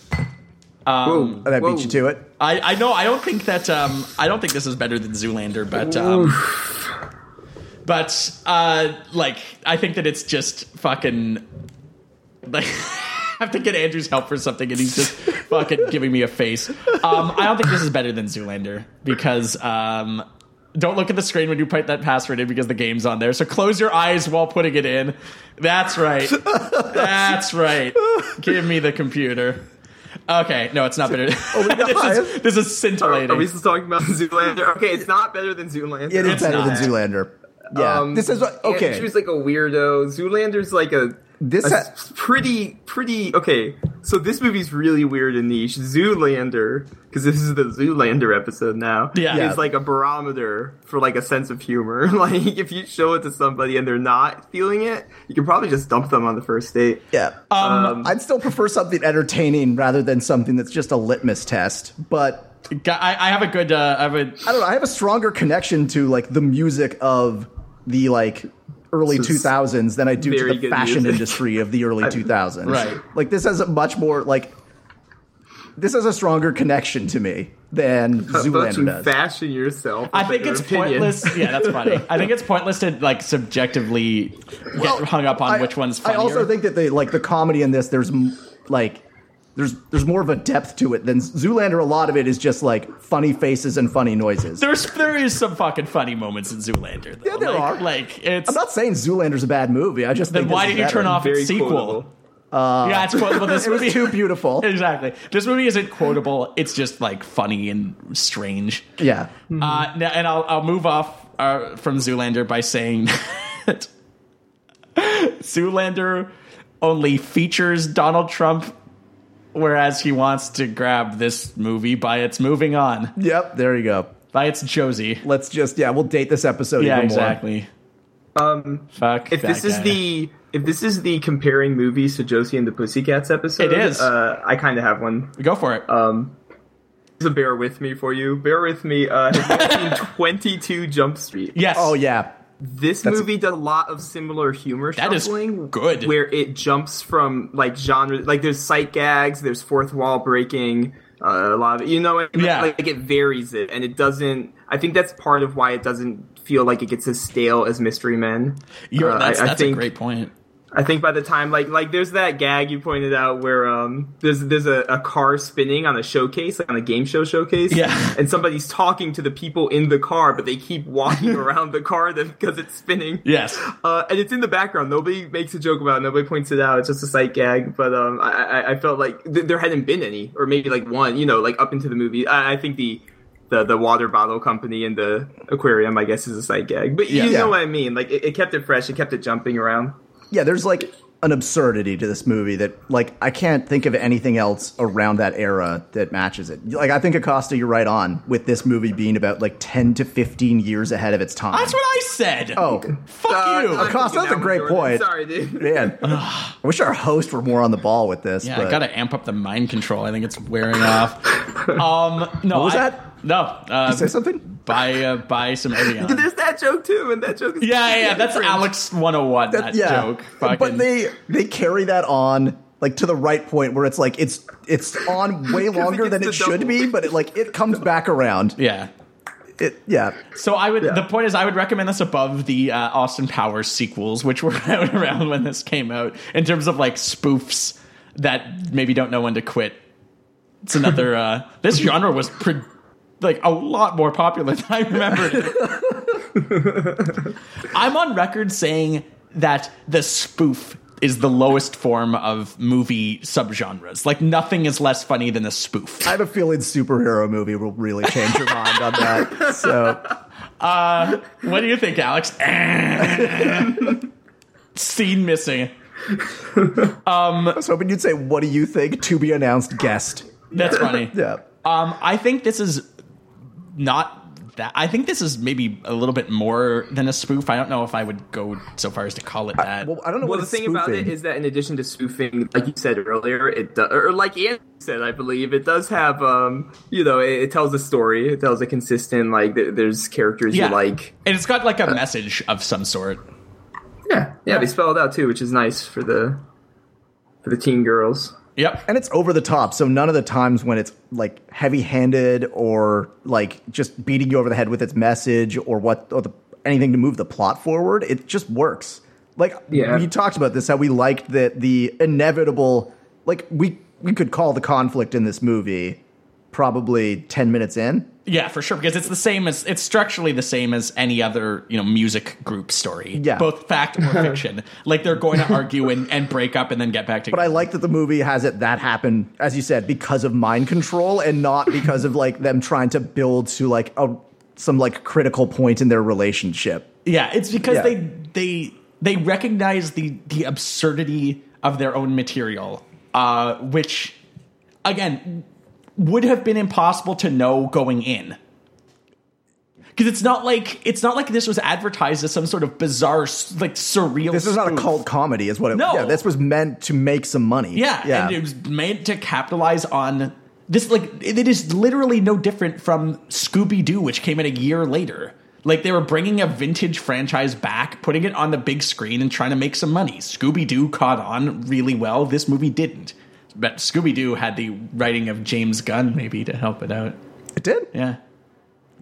Speaker 5: Um,
Speaker 6: Whoa,
Speaker 5: That
Speaker 6: whoa.
Speaker 5: beat you to it.
Speaker 4: I, I know I don't think that um, I don't think this is better than Zoolander, but um, but uh, like I think that it's just fucking like <laughs> I have to get Andrew's help for something, and he's just fucking giving me a face. Um, I don't think this is better than Zoolander because um, don't look at the screen when you put that password in because the game's on there. So close your eyes while putting it in. That's right. That's right. Give me the computer. Okay, no, it's not better.
Speaker 6: Oh,
Speaker 5: my
Speaker 4: <laughs>
Speaker 5: God.
Speaker 4: this, is, this is
Speaker 6: Are,
Speaker 4: scintillating.
Speaker 6: are we still talking about Zoolander? Okay, it's not better than Zoolander.
Speaker 5: It is
Speaker 4: It's
Speaker 5: better than
Speaker 4: not.
Speaker 5: Zoolander. Yeah,
Speaker 6: Um,
Speaker 5: this is what- okay.
Speaker 6: Andrew's like a weirdo. Zoolander's like a
Speaker 5: This
Speaker 6: a
Speaker 5: ha-
Speaker 6: s- pretty pretty okay. So this movie's really weird and niche. Zoolander, because this is the Zoolander episode now.
Speaker 4: Yeah. Yeah.
Speaker 6: is like a barometer for like a sense of humor. <laughs> like if you show it to somebody and they're not feeling it, you can probably just dump them on the first date.
Speaker 5: yeah,
Speaker 4: um,
Speaker 5: I'd still prefer something entertaining rather than something that's just a litmus test. But
Speaker 4: gu- I, I have a good. Uh, I have a
Speaker 5: I don't know. I have a stronger connection to like the music of the like early
Speaker 6: This is
Speaker 5: two thousands than I do
Speaker 6: very
Speaker 5: to the
Speaker 6: good
Speaker 5: fashion
Speaker 6: music.
Speaker 5: industry of the
Speaker 6: <laughs>
Speaker 5: early two thousands.
Speaker 4: Right.
Speaker 5: Like this has a much more like this has a stronger connection to me.
Speaker 6: <laughs>
Speaker 5: than
Speaker 6: Don't
Speaker 5: Zoolander
Speaker 6: you
Speaker 5: does.
Speaker 6: fashion yourself.
Speaker 4: I think
Speaker 6: with
Speaker 4: it's
Speaker 6: your opinion. <laughs>
Speaker 4: pointless. Yeah, that's funny. I think it's pointless to like subjectively get hung up on
Speaker 5: I-
Speaker 4: which one's
Speaker 5: I
Speaker 4: funnier.
Speaker 5: also think that the like the comedy in this, there's m- like there's there's more of a depth to it than Zoolander. A lot of it is just like funny faces and funny noises.
Speaker 4: there's there is some fucking funny moments in Zoolander. Though.
Speaker 5: Yeah, there
Speaker 4: like,
Speaker 5: are.
Speaker 4: Like it's
Speaker 5: I'm not saying Zoolander's a bad movie. I just
Speaker 4: then
Speaker 5: think
Speaker 4: why
Speaker 5: this
Speaker 4: did
Speaker 5: is
Speaker 4: you
Speaker 5: better. Uh,
Speaker 4: turn off
Speaker 6: Very
Speaker 4: its sequel?
Speaker 6: quotable.
Speaker 4: yeah, it's
Speaker 5: <laughs>
Speaker 4: quotable. This
Speaker 5: It was
Speaker 4: movie
Speaker 5: too
Speaker 4: <laughs>
Speaker 5: beautiful.
Speaker 4: exactly. This movie isn't quotable. It's just like funny and strange.
Speaker 5: Yeah,
Speaker 4: Uh, now, and I'll, I'll move off uh, from Zoolander by saying <laughs> that Zoolander only features Donald Trump, whereas he wants to grab this movie by its moving on,
Speaker 5: yep. There you go.
Speaker 4: by its Josie.
Speaker 5: Let's just yeah, we'll date this episode.
Speaker 4: Yeah,
Speaker 5: even
Speaker 4: exactly.
Speaker 6: Um,
Speaker 4: Fuck.
Speaker 6: if
Speaker 4: that
Speaker 6: this is
Speaker 4: guy.
Speaker 6: the if this is the comparing movies to Josie and the Pussycats episode,
Speaker 4: It is.
Speaker 6: Uh, I kind of have one.
Speaker 4: go for it.
Speaker 6: uh, So bear with me for you. Bear with me. Uh,
Speaker 4: <laughs>
Speaker 6: Twenty Two Jump Street.
Speaker 4: yes.
Speaker 5: More. Oh yeah,
Speaker 6: This movie does a lot of similar humor
Speaker 4: That is
Speaker 6: shuffling.
Speaker 4: good.
Speaker 6: Where it jumps from like genre, like there's sight gags, there's fourth wall breaking, uh, a lot of you know, what I mean?
Speaker 4: Yeah.
Speaker 6: like it varies it, and it doesn't. I think that's part of why it doesn't feel like it gets as stale as Mystery Men.
Speaker 4: You're,
Speaker 6: Uh,
Speaker 4: that's
Speaker 6: I, I
Speaker 4: that's
Speaker 6: think,
Speaker 4: a great point.
Speaker 6: I think by the time like like there's that gag you pointed out where um there's there's a, a car spinning on a showcase like on a game show showcase
Speaker 4: Yeah.
Speaker 6: and somebody's talking to the people in the car but they
Speaker 4: <laughs>
Speaker 6: keep walking around the car that, because it's spinning
Speaker 4: Yes.
Speaker 6: uh, and it's in the background nobody makes a joke about it nobody points it out it's just a sight gag but um I I, I felt like th- there hadn't been any or maybe like one you know like up into the movie I, I think the. The, the water bottle company and the aquarium, I guess, is a sight gag. But you
Speaker 4: Yeah.
Speaker 6: know what I mean. Like, it, it kept it fresh. It kept it jumping around.
Speaker 5: yeah. There's like an absurdity to this movie that like I can't think of anything else around that era that matches it. Like I think Acosta, you're right on with this movie being about like 10 to 15 years ahead of its time.
Speaker 4: That's what I said. <laughs>
Speaker 5: Oh.
Speaker 4: Fuck
Speaker 6: Uh,
Speaker 4: you.
Speaker 5: Acosta,
Speaker 6: I'm thinking
Speaker 5: that's a
Speaker 6: that
Speaker 5: great
Speaker 6: one, Jordan.
Speaker 5: point.
Speaker 6: Sorry, dude.
Speaker 5: Man, I wish our host were more on the ball with this.
Speaker 4: Yeah,
Speaker 5: but
Speaker 4: I gotta amp up the mind control. I think it's wearing off. Um, no,
Speaker 5: What was
Speaker 4: I-
Speaker 5: that?
Speaker 4: No, uh,
Speaker 5: say something.
Speaker 4: buy uh, buy
Speaker 5: <laughs>
Speaker 4: some Evian.
Speaker 6: There's that joke too, and that joke. Is
Speaker 4: yeah, yeah, yeah, that's
Speaker 6: cringe.
Speaker 4: Alex 101. That,
Speaker 5: yeah,
Speaker 4: joke.
Speaker 5: but
Speaker 4: Fucking-
Speaker 5: they they carry that on like to the right point where it's like it's it's on way longer
Speaker 6: gets
Speaker 5: than
Speaker 6: the
Speaker 5: it should
Speaker 6: double.
Speaker 5: be, but it like it comes back around.
Speaker 4: yeah.
Speaker 5: It, yeah,
Speaker 4: So I would. The point is, I would recommend this above the uh, Austin Powers sequels, which were <laughs> out around when this came out, in terms of like spoofs that maybe don't know when to quit. It's another. uh This genre was pre- like a lot more popular than I remembered. it. I'm on record saying that the spoof is the lowest form of movie subgenres. Like nothing is less funny than a spoof.
Speaker 5: I have a feeling superhero movie will really change your mind on that. So
Speaker 4: What do you think, Alex? <laughs> Scene missing.
Speaker 5: I was hoping you'd say, "What do you think?" To be announced guest.
Speaker 4: That's funny.
Speaker 5: <laughs> Yeah,
Speaker 4: Um, I think this is not that. I think this is maybe a little bit more than a spoof. I don't know if I would go so far as to call it that.
Speaker 5: well, I don't know what
Speaker 6: Well, the
Speaker 5: it's
Speaker 6: thing about it
Speaker 5: spoofing.
Speaker 6: is that in addition to spoofing, like you said earlier, it does, or like Ian said, I believe it does have, um, you know, it, it tells a story. It tells a consistent, like th- there's characters you like.
Speaker 4: and it's got like
Speaker 5: Uh,
Speaker 4: a message of some sort.
Speaker 6: Yeah, yeah, they spell it out too, which is nice for the for the teen girls.
Speaker 4: Yep.
Speaker 5: and it's over the top. So none of the times when it's like heavy-handed or like just beating you over the head with its message or what or the, anything to move the plot forward, it just works. Like
Speaker 6: Yeah.
Speaker 5: we talked about this, how we liked that the inevitable. Like we we could call the conflict in this movie probably ten minutes in.
Speaker 4: Yeah, for sure. Because it's the same as it's structurally the same as any other you know music group story.
Speaker 5: Yeah.
Speaker 4: Both fact or
Speaker 5: <laughs>
Speaker 4: fiction. like they're going to argue and, and break up and then get back together.
Speaker 5: But I like that the movie has it that happen, as you said, because of mind control and
Speaker 4: <laughs>
Speaker 5: not because of like them trying to build to like a some like critical point in their relationship.
Speaker 4: Yeah, it's because
Speaker 5: Yeah.
Speaker 4: they they they recognize the the absurdity of their own material, uh, which again would have been impossible to know going in. Because it's not like it's not like this was advertised as some sort of bizarre, s- like surreal.
Speaker 5: This is not a
Speaker 4: spoof.
Speaker 5: cult comedy, is what it
Speaker 4: No.
Speaker 5: Yeah, this was meant to make some money.
Speaker 4: Yeah,
Speaker 5: Yeah.
Speaker 4: and it was made to capitalize on this. Like it it is literally no different from Scooby Doo, which came in a year later. Like they were bringing a vintage franchise back, putting it on the big screen, and trying to make some money. Scooby Doo caught on really well. This movie didn't, but Scooby Doo had the writing of James Gunn maybe to help it out.
Speaker 5: It did.
Speaker 4: Yeah.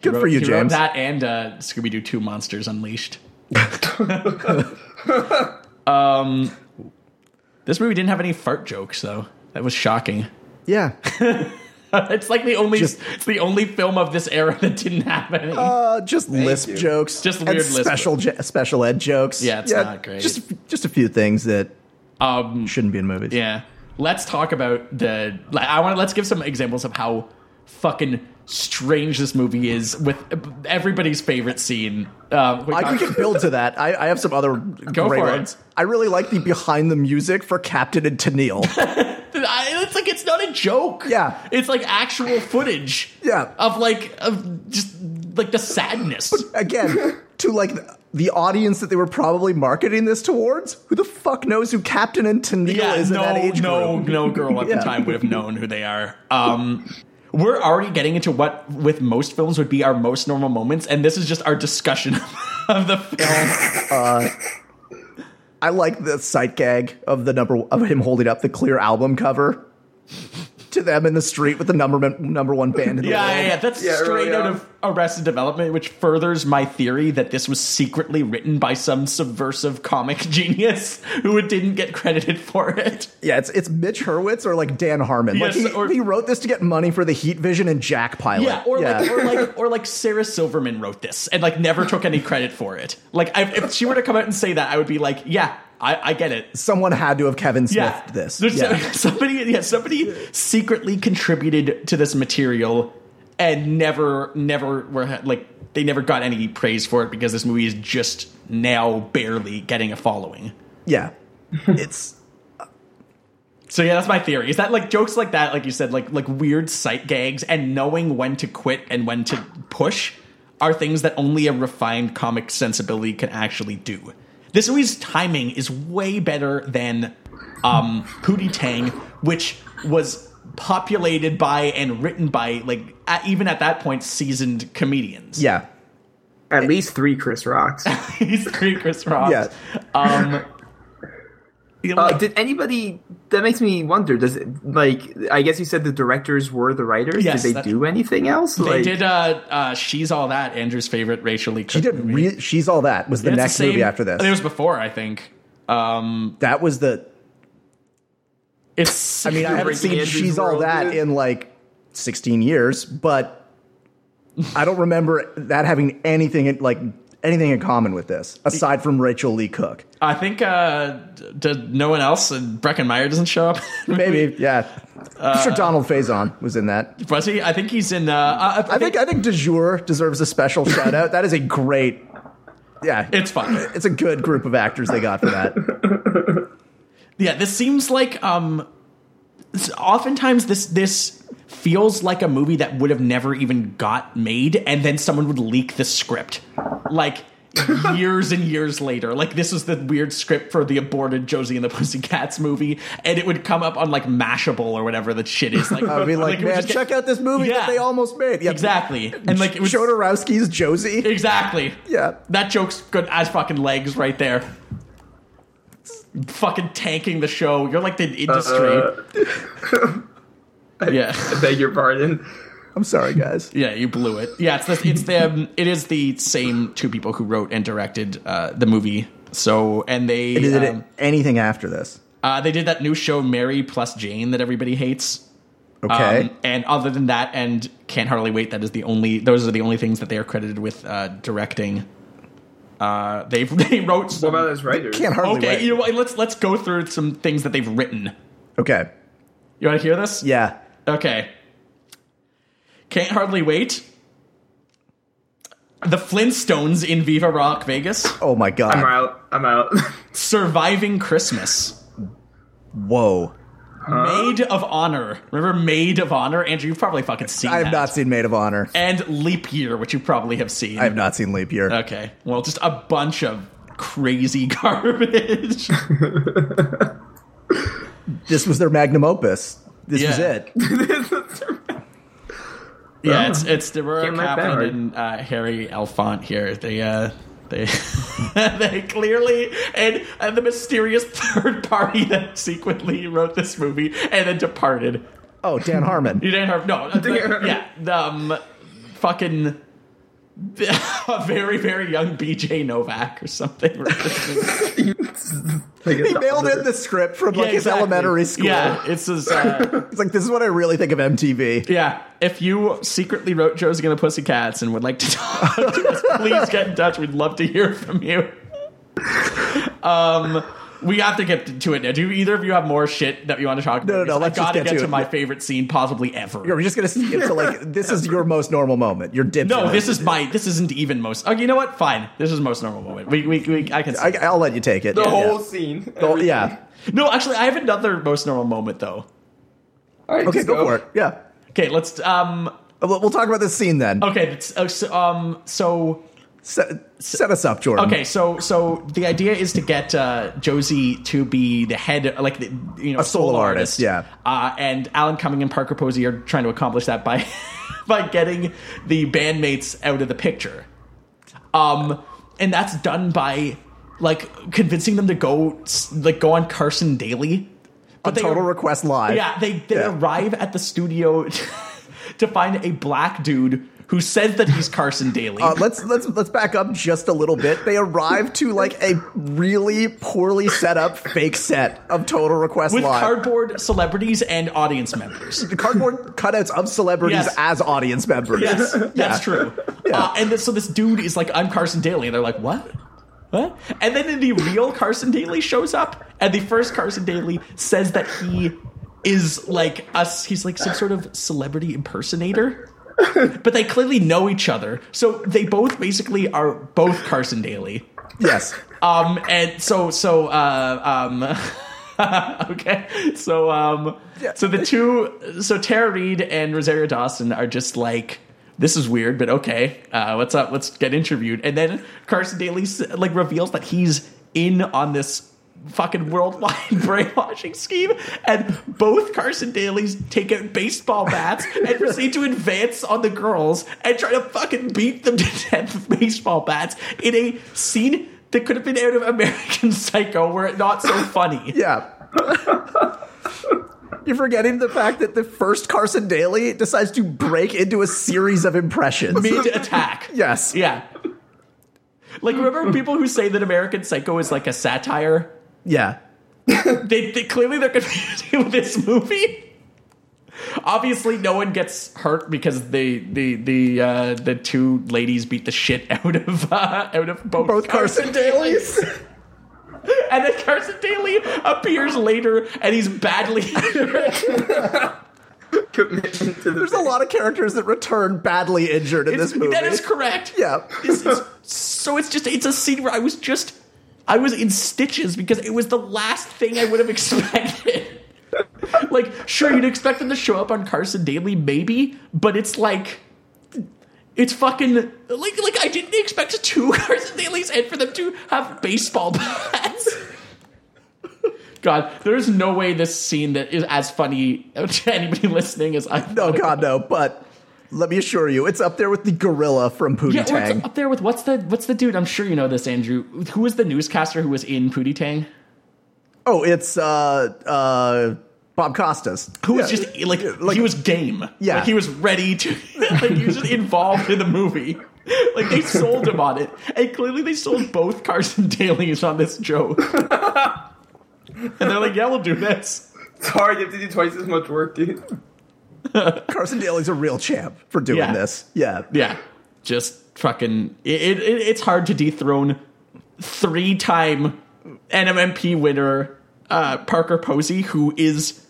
Speaker 5: Good
Speaker 4: Wrote-
Speaker 5: for you,
Speaker 4: he wrote
Speaker 5: James.
Speaker 4: That and uh, Scooby Doo Two Monsters
Speaker 5: <laughs>
Speaker 4: Unleashed. um, this movie didn't have any fart jokes though. That was shocking. <laughs>
Speaker 5: Yeah.
Speaker 4: it's like the only
Speaker 5: Just-
Speaker 4: it's the only film of this era <laughs> that didn't have any.
Speaker 5: Uh, just lisp
Speaker 6: you.
Speaker 5: jokes.
Speaker 4: Just
Speaker 5: and
Speaker 4: weird lisp.
Speaker 5: special je- special ed jokes.
Speaker 4: Yeah, it's not great.
Speaker 5: Just a f- just a few things that
Speaker 4: um,
Speaker 5: shouldn't be in movies.
Speaker 4: Yeah. Let's talk about the. Like, I want. to Let's give some examples of how fucking strange this movie is with everybody's favorite scene. Uh, we
Speaker 5: I
Speaker 4: talked-
Speaker 5: could build to that. I, I have some other great
Speaker 4: for it.
Speaker 5: ones. I really like the behind the music for Captain
Speaker 4: <laughs>
Speaker 5: and Tennille.
Speaker 4: I- it's like it's not a joke.
Speaker 5: Yeah.
Speaker 4: It's like actual footage.
Speaker 5: Yeah.
Speaker 4: Of like of just like the sadness.
Speaker 5: Again, to like the, the audience that they were probably marketing this towards. Who the fuck knows who Captain and Tennille is
Speaker 4: no,
Speaker 5: in that age
Speaker 4: no,
Speaker 5: group?
Speaker 4: no girl at
Speaker 5: Yeah.
Speaker 4: the time would have known who they are. Um, we're already getting into what with most films would be our most normal moments, and this is just our discussion <laughs> of the film.
Speaker 5: I like the sight gag of the number of him holding up the clear album cover to them in the street with the number number one band in the
Speaker 4: yeah,
Speaker 5: world.
Speaker 4: yeah, yeah, that's
Speaker 6: Yeah,
Speaker 4: straight
Speaker 6: early
Speaker 4: out
Speaker 6: on.
Speaker 4: of Arrested Development, which furthers my theory that this was secretly written by some subversive comic <laughs> genius who didn't get credited for it.
Speaker 5: Yeah, it's it's Mitch Hurwitz or like Dan Harmon. like
Speaker 4: Yes,
Speaker 5: he,
Speaker 4: or-
Speaker 5: he wrote this to get money for the Heat Vision and Jack pilot.
Speaker 4: Yeah, or like or
Speaker 5: <laughs>
Speaker 4: like or like Sarah Silverman wrote this and like never took any credit for it. Like I, if she were to come out and say that, I would be like, yeah, I, I get it.
Speaker 5: someone had to have Kevin Smith
Speaker 4: Yeah,
Speaker 5: this.
Speaker 4: There's- <laughs>
Speaker 5: Yeah.
Speaker 4: somebody, yeah, somebody secretly contributed to this material and never, never were like they never got any praise for it because this movie is just now barely getting a following.
Speaker 5: yeah. It's
Speaker 4: So yeah, that's my theory. Is that like jokes like that, like you said, like like weird sight gags and knowing when to quit and when to push are things that only a refined comic sensibility can actually do. This movie's timing is way better than um Pootie Tang, which was populated by and written by like at, even at that point seasoned comedians.
Speaker 5: yeah.
Speaker 6: At least three Chris Rocks.
Speaker 4: <laughs> He's three Chris Rock.
Speaker 5: Yeah. Uh,
Speaker 4: Um you know,
Speaker 6: <laughs> Uh,
Speaker 4: like-
Speaker 6: did anybody? That makes me wonder. Does it like? I guess you said the directors were the writers.
Speaker 4: Yes,
Speaker 6: did they
Speaker 4: that-
Speaker 6: do anything else?
Speaker 4: they
Speaker 6: like,
Speaker 4: did uh uh She's All That, Andrew's favorite racially
Speaker 5: He did re- she's all that was the
Speaker 4: It's
Speaker 5: next
Speaker 4: same-
Speaker 5: movie after this.
Speaker 4: It was before, I think. Um,
Speaker 5: that was the
Speaker 4: it's.
Speaker 5: I mean, I haven't
Speaker 6: Breaking
Speaker 5: seen
Speaker 6: Andrew's
Speaker 5: she's all
Speaker 6: World,
Speaker 5: that
Speaker 6: yeah.
Speaker 5: in like 16 years, but I don't remember that having anything in, like anything in common with this aside from Rachel Lee Cook.
Speaker 4: I think uh, d- did no one else. And Breckin Meyer doesn't show up. <laughs>
Speaker 5: Maybe, yeah. I'm
Speaker 4: uh,
Speaker 5: sure Donald Faison was in that.
Speaker 4: was he? I think he's in. Uh, I,
Speaker 5: I think I think De Jure deserves a special shout out. That is a great Yeah.
Speaker 4: it's fun.
Speaker 5: it's a good group of actors they got
Speaker 4: <laughs>
Speaker 5: for that.
Speaker 4: Yeah, this seems like. Um, s- oftentimes, this this feels like a movie that would have never even got made, and then someone would leak the script,
Speaker 5: <laughs>
Speaker 4: like. years and years later, like this is the weird script for the aborted Josie and the <laughs> Pussycats movie, and it would come up on like Mashable or whatever the shit is.
Speaker 5: <laughs>
Speaker 4: Like,
Speaker 5: I would be like,
Speaker 4: it would
Speaker 5: man,
Speaker 4: just get-
Speaker 5: check out this movie
Speaker 4: Yeah.
Speaker 5: that they almost made. Yeah,
Speaker 4: Exactly. And like it was
Speaker 5: Jodorowsky's Josie.
Speaker 4: Exactly.
Speaker 5: Yeah.
Speaker 4: That joke's good as fucking legs right there. Fucking tanking the show. You're like the industry.
Speaker 6: Uh,
Speaker 4: yeah.
Speaker 6: I <laughs> beg your pardon.
Speaker 5: I'm sorry, guys.
Speaker 4: Yeah, you blew it. Yeah, it's the it's the um, it is the same two people who wrote and directed uh, the movie. So and they
Speaker 5: Did it
Speaker 4: um,
Speaker 5: anything after this?
Speaker 4: uh, they did that new show Mary plus Jane that everybody hates.
Speaker 5: Okay.
Speaker 4: Um, and other than that, and can't hardly wait. That is the only; those are the only things that they are credited with uh, directing. Uh, they <laughs> they wrote.
Speaker 6: What
Speaker 4: Some,
Speaker 6: about those writers?
Speaker 5: Can't hardly
Speaker 4: okay,
Speaker 5: wait.
Speaker 4: you know what? Let's let's go through some things that they've written.
Speaker 5: okay.
Speaker 4: You want to hear this?
Speaker 5: Yeah.
Speaker 4: Okay. Can't hardly wait. The Flintstones in Viva Rock Vegas.
Speaker 5: Oh my god.
Speaker 6: I'm out. I'm out.
Speaker 4: Surviving Christmas.
Speaker 5: Whoa.
Speaker 4: Maid of Honor. Remember Maid of Honor? Andrew, you've probably fucking seen
Speaker 5: I have
Speaker 4: that.
Speaker 5: not seen Maid of Honor.
Speaker 4: and Leap Year, which you probably have seen.
Speaker 5: I have not seen Leap Year.
Speaker 4: Okay. Well, just a bunch of crazy <laughs> garbage.
Speaker 5: This was their magnum opus. This was
Speaker 4: Yeah.
Speaker 5: it. Oh.
Speaker 6: <laughs>
Speaker 4: yeah, it's it's Deborah
Speaker 6: Can't make that
Speaker 4: Kaplan
Speaker 6: hard.
Speaker 4: and uh, Harry Alfont here. They uh they <laughs> they clearly and and the mysterious <laughs> third party that secretly wrote this movie and then departed.
Speaker 5: Oh, Dan Harmon.
Speaker 4: <laughs>
Speaker 5: <laughs>
Speaker 4: You didn't have no. uh, the- yeah, the, um, fucking <laughs> a very very young BJ Novak or something. <laughs>
Speaker 5: He mailed in the script from
Speaker 4: Yeah,
Speaker 5: like his
Speaker 4: exactly.
Speaker 5: elementary school.
Speaker 4: Yeah, it's his. Uh,
Speaker 5: It's like this is what I really think of MTV.
Speaker 4: yeah, if you secretly wrote Joe's Gonna Pussycats and would like to <laughs> talk to us, please get in touch. We'd love to hear from you. Um, we have to get to it now. Do either of you have more shit that you want to talk about?
Speaker 5: no, no,
Speaker 4: Because
Speaker 5: let's
Speaker 4: I
Speaker 5: just
Speaker 4: gotta
Speaker 5: get
Speaker 4: get
Speaker 5: to
Speaker 4: to
Speaker 5: it.
Speaker 4: my favorite scene possibly ever.
Speaker 5: We're just gonna skip to like this is your most normal moment. Your dip.
Speaker 4: No, this is my. This isn't even most. Okay, you know what? Fine. This is most normal moment. We, we, we I can.
Speaker 5: I, I'll let you take it.
Speaker 6: The
Speaker 5: yeah,
Speaker 6: whole scene.
Speaker 5: Yeah. The whole- yeah.
Speaker 4: no, actually, I have another most normal moment though.
Speaker 6: All right,
Speaker 5: Okay,
Speaker 6: just
Speaker 5: go, for it. Yeah.
Speaker 4: Okay, let's. Um.
Speaker 5: We'll we'll talk about this scene then.
Speaker 4: Okay. It's, uh, so, um. So.
Speaker 5: Set, set us up, Jordan.
Speaker 4: Okay. So. So the idea is to get uh, Josie to be the head, like the you know,
Speaker 5: A solo artist, yeah.
Speaker 4: Uh, and Alan Cumming and Parker Posey are trying to accomplish that by <laughs> by getting the bandmates out of the picture. Um, and that's done by like convincing them to go s- like go on Carson Daily.
Speaker 5: A total request live.
Speaker 4: Yeah, they they
Speaker 5: Yeah.
Speaker 4: arrive at the studio <laughs> to find a black dude who says that he's Carson Daly.
Speaker 5: Uh, let's let's let's back up just a little bit. They arrive to like a really poorly set up fake set of Total Request
Speaker 4: with
Speaker 5: Live.
Speaker 4: cardboard celebrities and audience members.
Speaker 5: The cardboard cutouts of celebrities
Speaker 4: Yes.
Speaker 5: as audience members. <laughs>
Speaker 4: Yes, that's true.
Speaker 5: Yeah.
Speaker 4: Uh, and th- so this dude is like, I'm Carson Daly. And they're like, what? What? And then the real Carson Daly shows up, and the first Carson Daly says that he is like us. He's like some sort of celebrity impersonator. But they clearly know each other, so they both basically are both Carson Daly.
Speaker 5: Yes.
Speaker 4: Um, and so, so, <laughs> uh, um, <laughs> okay, so, um,
Speaker 5: Yeah.
Speaker 4: so the two, so Tara Reid and Rosario Dawson are just like, this is weird, but okay, uh, what's up? Let's get interviewed. And then Carson Daly s- like reveals that he's in on this fucking worldwide <laughs> brainwashing scheme and both Carson Daly's take out baseball bats and proceed to advance on the girls and try to fucking beat them to death with baseball bats in a scene that could have been out of American <laughs> Psycho were it not so funny.
Speaker 5: Yeah. <laughs> You're forgetting the fact that the first Carson Daly decides to break into a series of impressions.
Speaker 4: Mid
Speaker 5: <laughs>
Speaker 4: attack.
Speaker 5: yes.
Speaker 4: Yeah. Like remember people who say that American Psycho is like a satire?
Speaker 5: Yeah.
Speaker 4: They, they clearly <laughs> they're confusing with this movie. Obviously, no one gets hurt because the the the uh, the two ladies beat the shit out of uh, out of both,
Speaker 5: Both Carson Daly's.
Speaker 4: and then Carson Daly appears later and he's
Speaker 5: <laughs>
Speaker 4: badly injured.
Speaker 6: Commitment to the
Speaker 5: There's a lot of characters that return badly injured in this
Speaker 4: <laughs>
Speaker 5: movie.
Speaker 4: that is correct.
Speaker 5: yeah.
Speaker 4: This is- so it's just it's a scene where I was just I was in stitches because it was the last thing I would have <laughs> expected. like, sure, you'd expect them to show up on Carson Daily, maybe, but it's like it's fucking like like I didn't expect two <laughs> Carson Dailies and for them to have baseball bats. God, there's no way this scene that is as funny to anybody <laughs> listening as I.
Speaker 5: <laughs> No, God, no. But let me assure you, it's up there with the gorilla from Pootie
Speaker 4: Yeah, or
Speaker 5: Tang.
Speaker 4: it's up there with what's the what's the dude? I'm sure you know this, Andrew. Who was the newscaster who was in Pootie Tang?
Speaker 5: Oh, it's uh, uh, Bob Costas.
Speaker 4: Who was
Speaker 5: Yeah. uh,
Speaker 4: just like,
Speaker 5: like-
Speaker 4: he was game.
Speaker 5: Yeah.
Speaker 4: like, he was ready to. <laughs> like he was just involved in the movie. <laughs> Like they sold him on it, and clearly they sold both Carson <laughs> Daly's on this joke. <laughs> and they're like, "Yeah, we'll do this."
Speaker 6: It's hard. You have to do twice as much work, dude.
Speaker 5: Carson Daly's a real champ for doing
Speaker 4: Yeah.
Speaker 5: this. Yeah.
Speaker 4: Yeah, just fucking. It, it, it, it's hard to dethrone three-time NMMP winner uh, Parker Posey, who is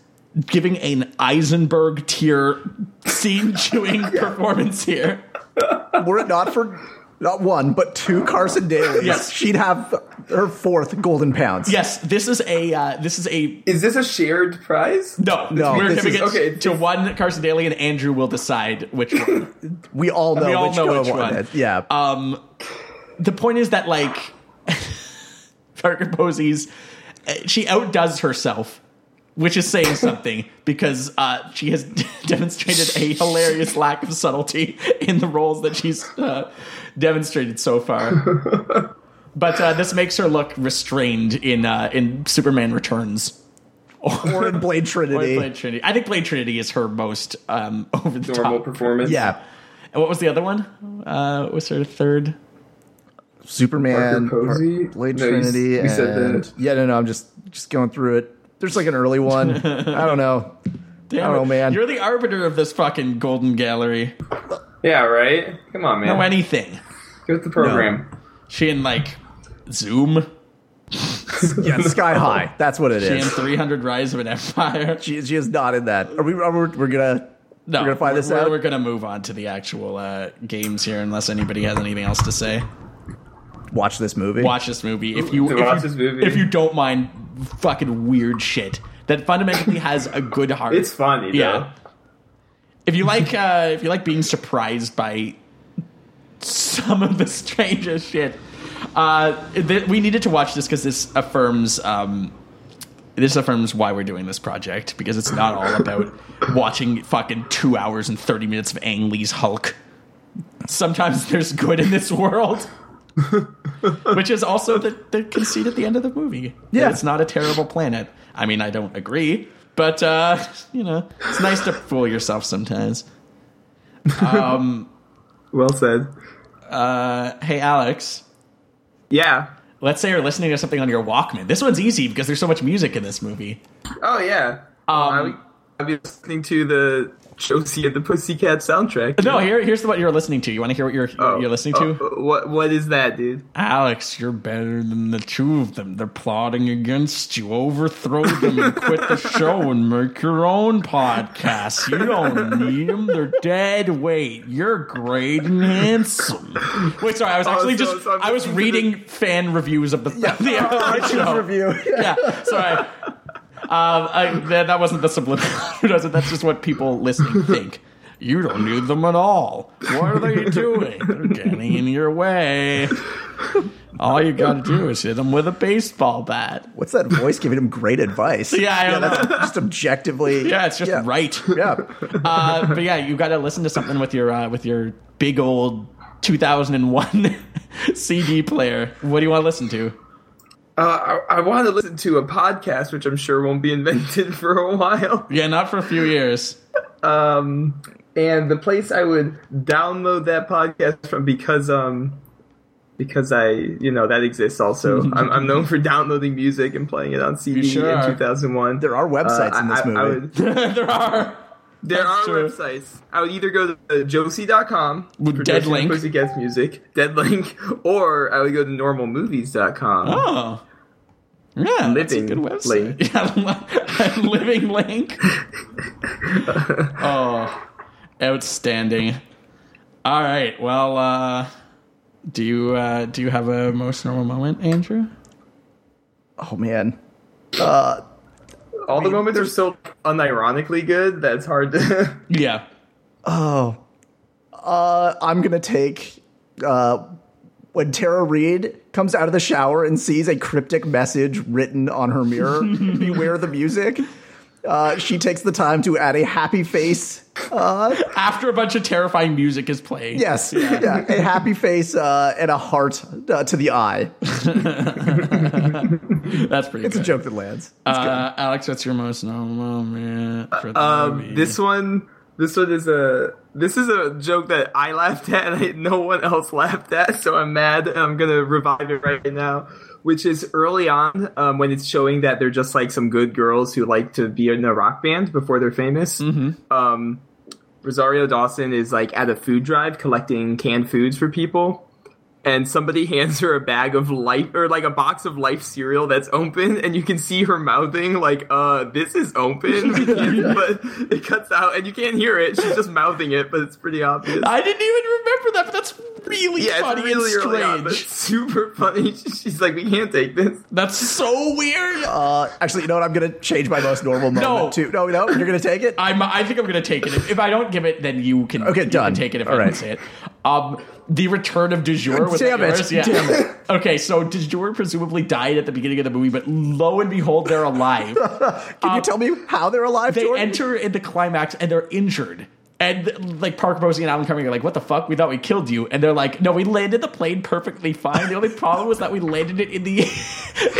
Speaker 4: giving an Eisenberg tier
Speaker 5: <laughs>
Speaker 4: scene chewing performance here.
Speaker 5: Were it not for not one, but two Carson Daly's,
Speaker 4: Yes.
Speaker 5: she'd have her fourth golden pounds.
Speaker 4: Yes, this is a uh, this is a
Speaker 6: Is this a shared prize?
Speaker 4: no.
Speaker 5: No,
Speaker 4: we're
Speaker 5: this
Speaker 4: giving
Speaker 5: is-
Speaker 4: it
Speaker 6: okay,
Speaker 4: to one Carson Daly, and Andrew will decide which one.
Speaker 5: We all know
Speaker 4: We all
Speaker 5: which,
Speaker 4: know
Speaker 5: go
Speaker 4: which
Speaker 5: on
Speaker 4: one.
Speaker 5: it. Yeah.
Speaker 4: Um, the point is that like <laughs> Parker Posey's, uh, she outdoes herself, which is saying
Speaker 5: <laughs>
Speaker 4: something because uh, she has <laughs> demonstrated a
Speaker 5: <laughs>
Speaker 4: hilarious lack of subtlety in the roles that she's uh, demonstrated so far.
Speaker 5: <laughs>
Speaker 4: But uh, this makes her look restrained in uh, in Superman Returns.
Speaker 5: or in Blade
Speaker 4: Or
Speaker 5: Trinity.
Speaker 4: Blade Trinity. I think Blade Trinity is her most um, <laughs> over the
Speaker 6: Normal
Speaker 4: top
Speaker 6: performance.
Speaker 5: Yeah.
Speaker 4: And what was the other one? Uh, what was her third?
Speaker 5: Superman,
Speaker 6: Parker Posey?
Speaker 5: Har- Blade
Speaker 6: No, you s-
Speaker 5: Trinity,
Speaker 6: you
Speaker 5: and
Speaker 6: said that.
Speaker 5: yeah, no, no, I'm just just going through it. There's like an
Speaker 4: <laughs>
Speaker 5: early one. I don't know.
Speaker 4: Damn
Speaker 5: I don't
Speaker 4: it.
Speaker 5: know, man.
Speaker 4: You're the arbiter of this fucking golden gallery.
Speaker 6: Yeah, right. Come on, man.
Speaker 4: Know anything?
Speaker 6: Get with the program.
Speaker 4: She in like Zoom.
Speaker 5: Yeah, <laughs> Sky High. That's what it
Speaker 4: Oh. She in
Speaker 5: is.
Speaker 4: 300 Rise of an Empire.
Speaker 5: She, she is not in that. Are we? Are we we're gonna.
Speaker 4: No,
Speaker 5: We're gonna find this
Speaker 4: we're,
Speaker 5: out?
Speaker 4: We're gonna move on to the actual uh, games here, unless anybody has anything else to say.
Speaker 5: watch this movie. <laughs>
Speaker 4: Watch this movie if you
Speaker 6: To
Speaker 4: if
Speaker 6: watch
Speaker 4: you,
Speaker 6: this movie.
Speaker 4: if you don't mind fucking weird shit that fundamentally has a good heart.
Speaker 6: <laughs> It's funny, though.
Speaker 4: Yeah. If you like, uh, if you like being surprised by some of the strangest shit, uh, th- we needed to watch this because this affirms. Um, this affirms why we're doing this project because it's not all about watching fucking two hours and thirty minutes of Ang Lee's Hulk. Sometimes there's good in this world, which is also the, the conceit at the end of the movie. that
Speaker 5: Yeah.
Speaker 4: it's not a terrible planet. I mean, I don't agree, but uh, you know, it's nice to fool yourself sometimes.
Speaker 6: Well said.
Speaker 4: Uh, hey, Alex.
Speaker 6: Yeah.
Speaker 4: Let's say you're listening to something on your Walkman. This one's easy because there's so much music in this movie.
Speaker 6: Oh yeah.
Speaker 4: Um,
Speaker 6: I've been listening to the Josie and the Pussycat soundtrack.
Speaker 4: No, here, here's what you're listening to. You want to hear what you're
Speaker 6: Oh,
Speaker 4: you're listening
Speaker 6: oh,
Speaker 4: to?
Speaker 6: oh, what what is that, dude?
Speaker 4: Alex, you're better than the two of them. They're plotting against you. Overthrow them and quit
Speaker 6: <laughs>
Speaker 4: the show and make your own podcast. You don't need them. They're dead weight. You're great and handsome. Wait, sorry. I was
Speaker 6: Oh,
Speaker 4: actually
Speaker 6: so-
Speaker 4: just
Speaker 6: so I'm
Speaker 4: I was
Speaker 6: listening to the-
Speaker 4: reading fan reviews of the, <laughs>
Speaker 6: Oh,
Speaker 4: the
Speaker 5: iTunes
Speaker 4: show.
Speaker 5: review.
Speaker 4: <laughs> yeah, sorry. Um, I, that, that wasn't the subliminal. <laughs> does it? That's just what people listening think. You don't need them at all. What are they doing? They're getting in your way. All you gotta do is hit them with a baseball bat.
Speaker 5: What's that voice giving him great advice?
Speaker 4: <laughs> Yeah, I don't
Speaker 5: that's just
Speaker 4: <laughs>
Speaker 5: objectively.
Speaker 4: Yeah, it's just right.
Speaker 5: Yeah,
Speaker 4: Uh, but yeah, you gotta listen to something with your uh, with your big old <laughs> 2001 CD player. What do you want to listen to?
Speaker 6: Uh, I, I want to listen to a podcast, which I'm sure won't be <laughs> invented for a while.
Speaker 4: Yeah, not for a few years. <laughs>
Speaker 6: Um, and the place I would download that podcast from because um because I you know that
Speaker 5: <laughs>
Speaker 6: exists also. I'm, I'm known for downloading music and playing it on CD
Speaker 4: sure
Speaker 6: in
Speaker 4: are.
Speaker 6: 2001.
Speaker 5: there are websites
Speaker 6: Uh,
Speaker 5: in this
Speaker 6: I- I-
Speaker 5: movie.
Speaker 6: I would-
Speaker 4: there are.
Speaker 5: <laughs>
Speaker 6: There
Speaker 4: That's
Speaker 6: are
Speaker 4: true.
Speaker 6: websites. I would either go to josie.com
Speaker 4: With
Speaker 6: for
Speaker 4: Dead
Speaker 6: Josie and
Speaker 4: Link.
Speaker 6: Pussycats music, dead link, <laughs> or I would go to normalmovies.com.
Speaker 4: Oh. Yeah, that's a
Speaker 6: Living
Speaker 4: good website. <laughs>
Speaker 6: Link.
Speaker 4: Yeah, li- Living Link. oh, outstanding. All right. Well, uh, do you uh, do you have a emotional moment, Andrew?
Speaker 5: Oh man. Uh,
Speaker 6: All the moments are so unironically good that's hard to. <laughs>
Speaker 4: Yeah.
Speaker 5: oh. Uh, I'm gonna take. Uh, when Tara Reid comes out of the shower and sees a cryptic message written on
Speaker 4: <laughs>
Speaker 5: her mirror, beware the music. Uh, she takes the time to add a happy face. Uh,
Speaker 4: After a bunch of terrifying music is playing.
Speaker 5: yes, <laughs> yeah, a happy face uh, and a heart uh, to
Speaker 4: <laughs>
Speaker 5: the eye.
Speaker 4: that's pretty.
Speaker 5: It's a
Speaker 4: good.
Speaker 5: joke that lands.
Speaker 4: Uh, Alex, what's your emotional moment for the
Speaker 6: Um,
Speaker 4: movie?
Speaker 6: this one, this one is a this is a joke that I laughed at and I, no one else laughed at, so I'm mad. and I'm gonna revive it right now. Which is early on um, when it's showing that they're just like some good girls who like to be in a rock band before they're famous. Um, Rosario Dawson is like at a food drive collecting canned foods for people. And somebody <laughs> hands her a bag of life or like a box of life cereal that's open, and you can see her mouthing like, "Uh, this is
Speaker 4: <laughs>
Speaker 6: open," We can't- but it cuts out, and you can't hear it. She's just mouthing it, but it's pretty obvious.
Speaker 4: I didn't even remember that, but that's really
Speaker 6: yeah,
Speaker 4: funny
Speaker 6: it's really
Speaker 4: and
Speaker 6: early
Speaker 4: strange.
Speaker 6: on, but it's <laughs> super funny. She's like, "We can't take this."
Speaker 4: That's so weird.
Speaker 5: Uh, actually, you know what? I'm going to change my most normal moment
Speaker 4: No.
Speaker 5: to. No, no, you're going to take it?
Speaker 4: I'm, I think I'm going to take it. If, if I don't give it, then you can,
Speaker 5: Okay,
Speaker 4: you can
Speaker 5: done.
Speaker 4: take it if
Speaker 5: All
Speaker 4: I
Speaker 5: right.
Speaker 4: don't say it. Um, the return of du jour was
Speaker 5: Damn it.
Speaker 4: yours? Yeah.
Speaker 5: Damn it.
Speaker 4: <laughs> Okay, so du jour presumably died at the beginning of the movie, but lo and behold, they're
Speaker 5: <laughs>
Speaker 4: alive.
Speaker 5: Can you tell me how they're alive,
Speaker 4: Uh, they
Speaker 5: Jordan?
Speaker 4: enter in the climax and they're injured. And like Parker Posey and Alan Cumming are like, "What the fuck? We thought we killed you." And they're like, "No, we landed the plane perfectly fine. The only problem was that we landed it in the <laughs> in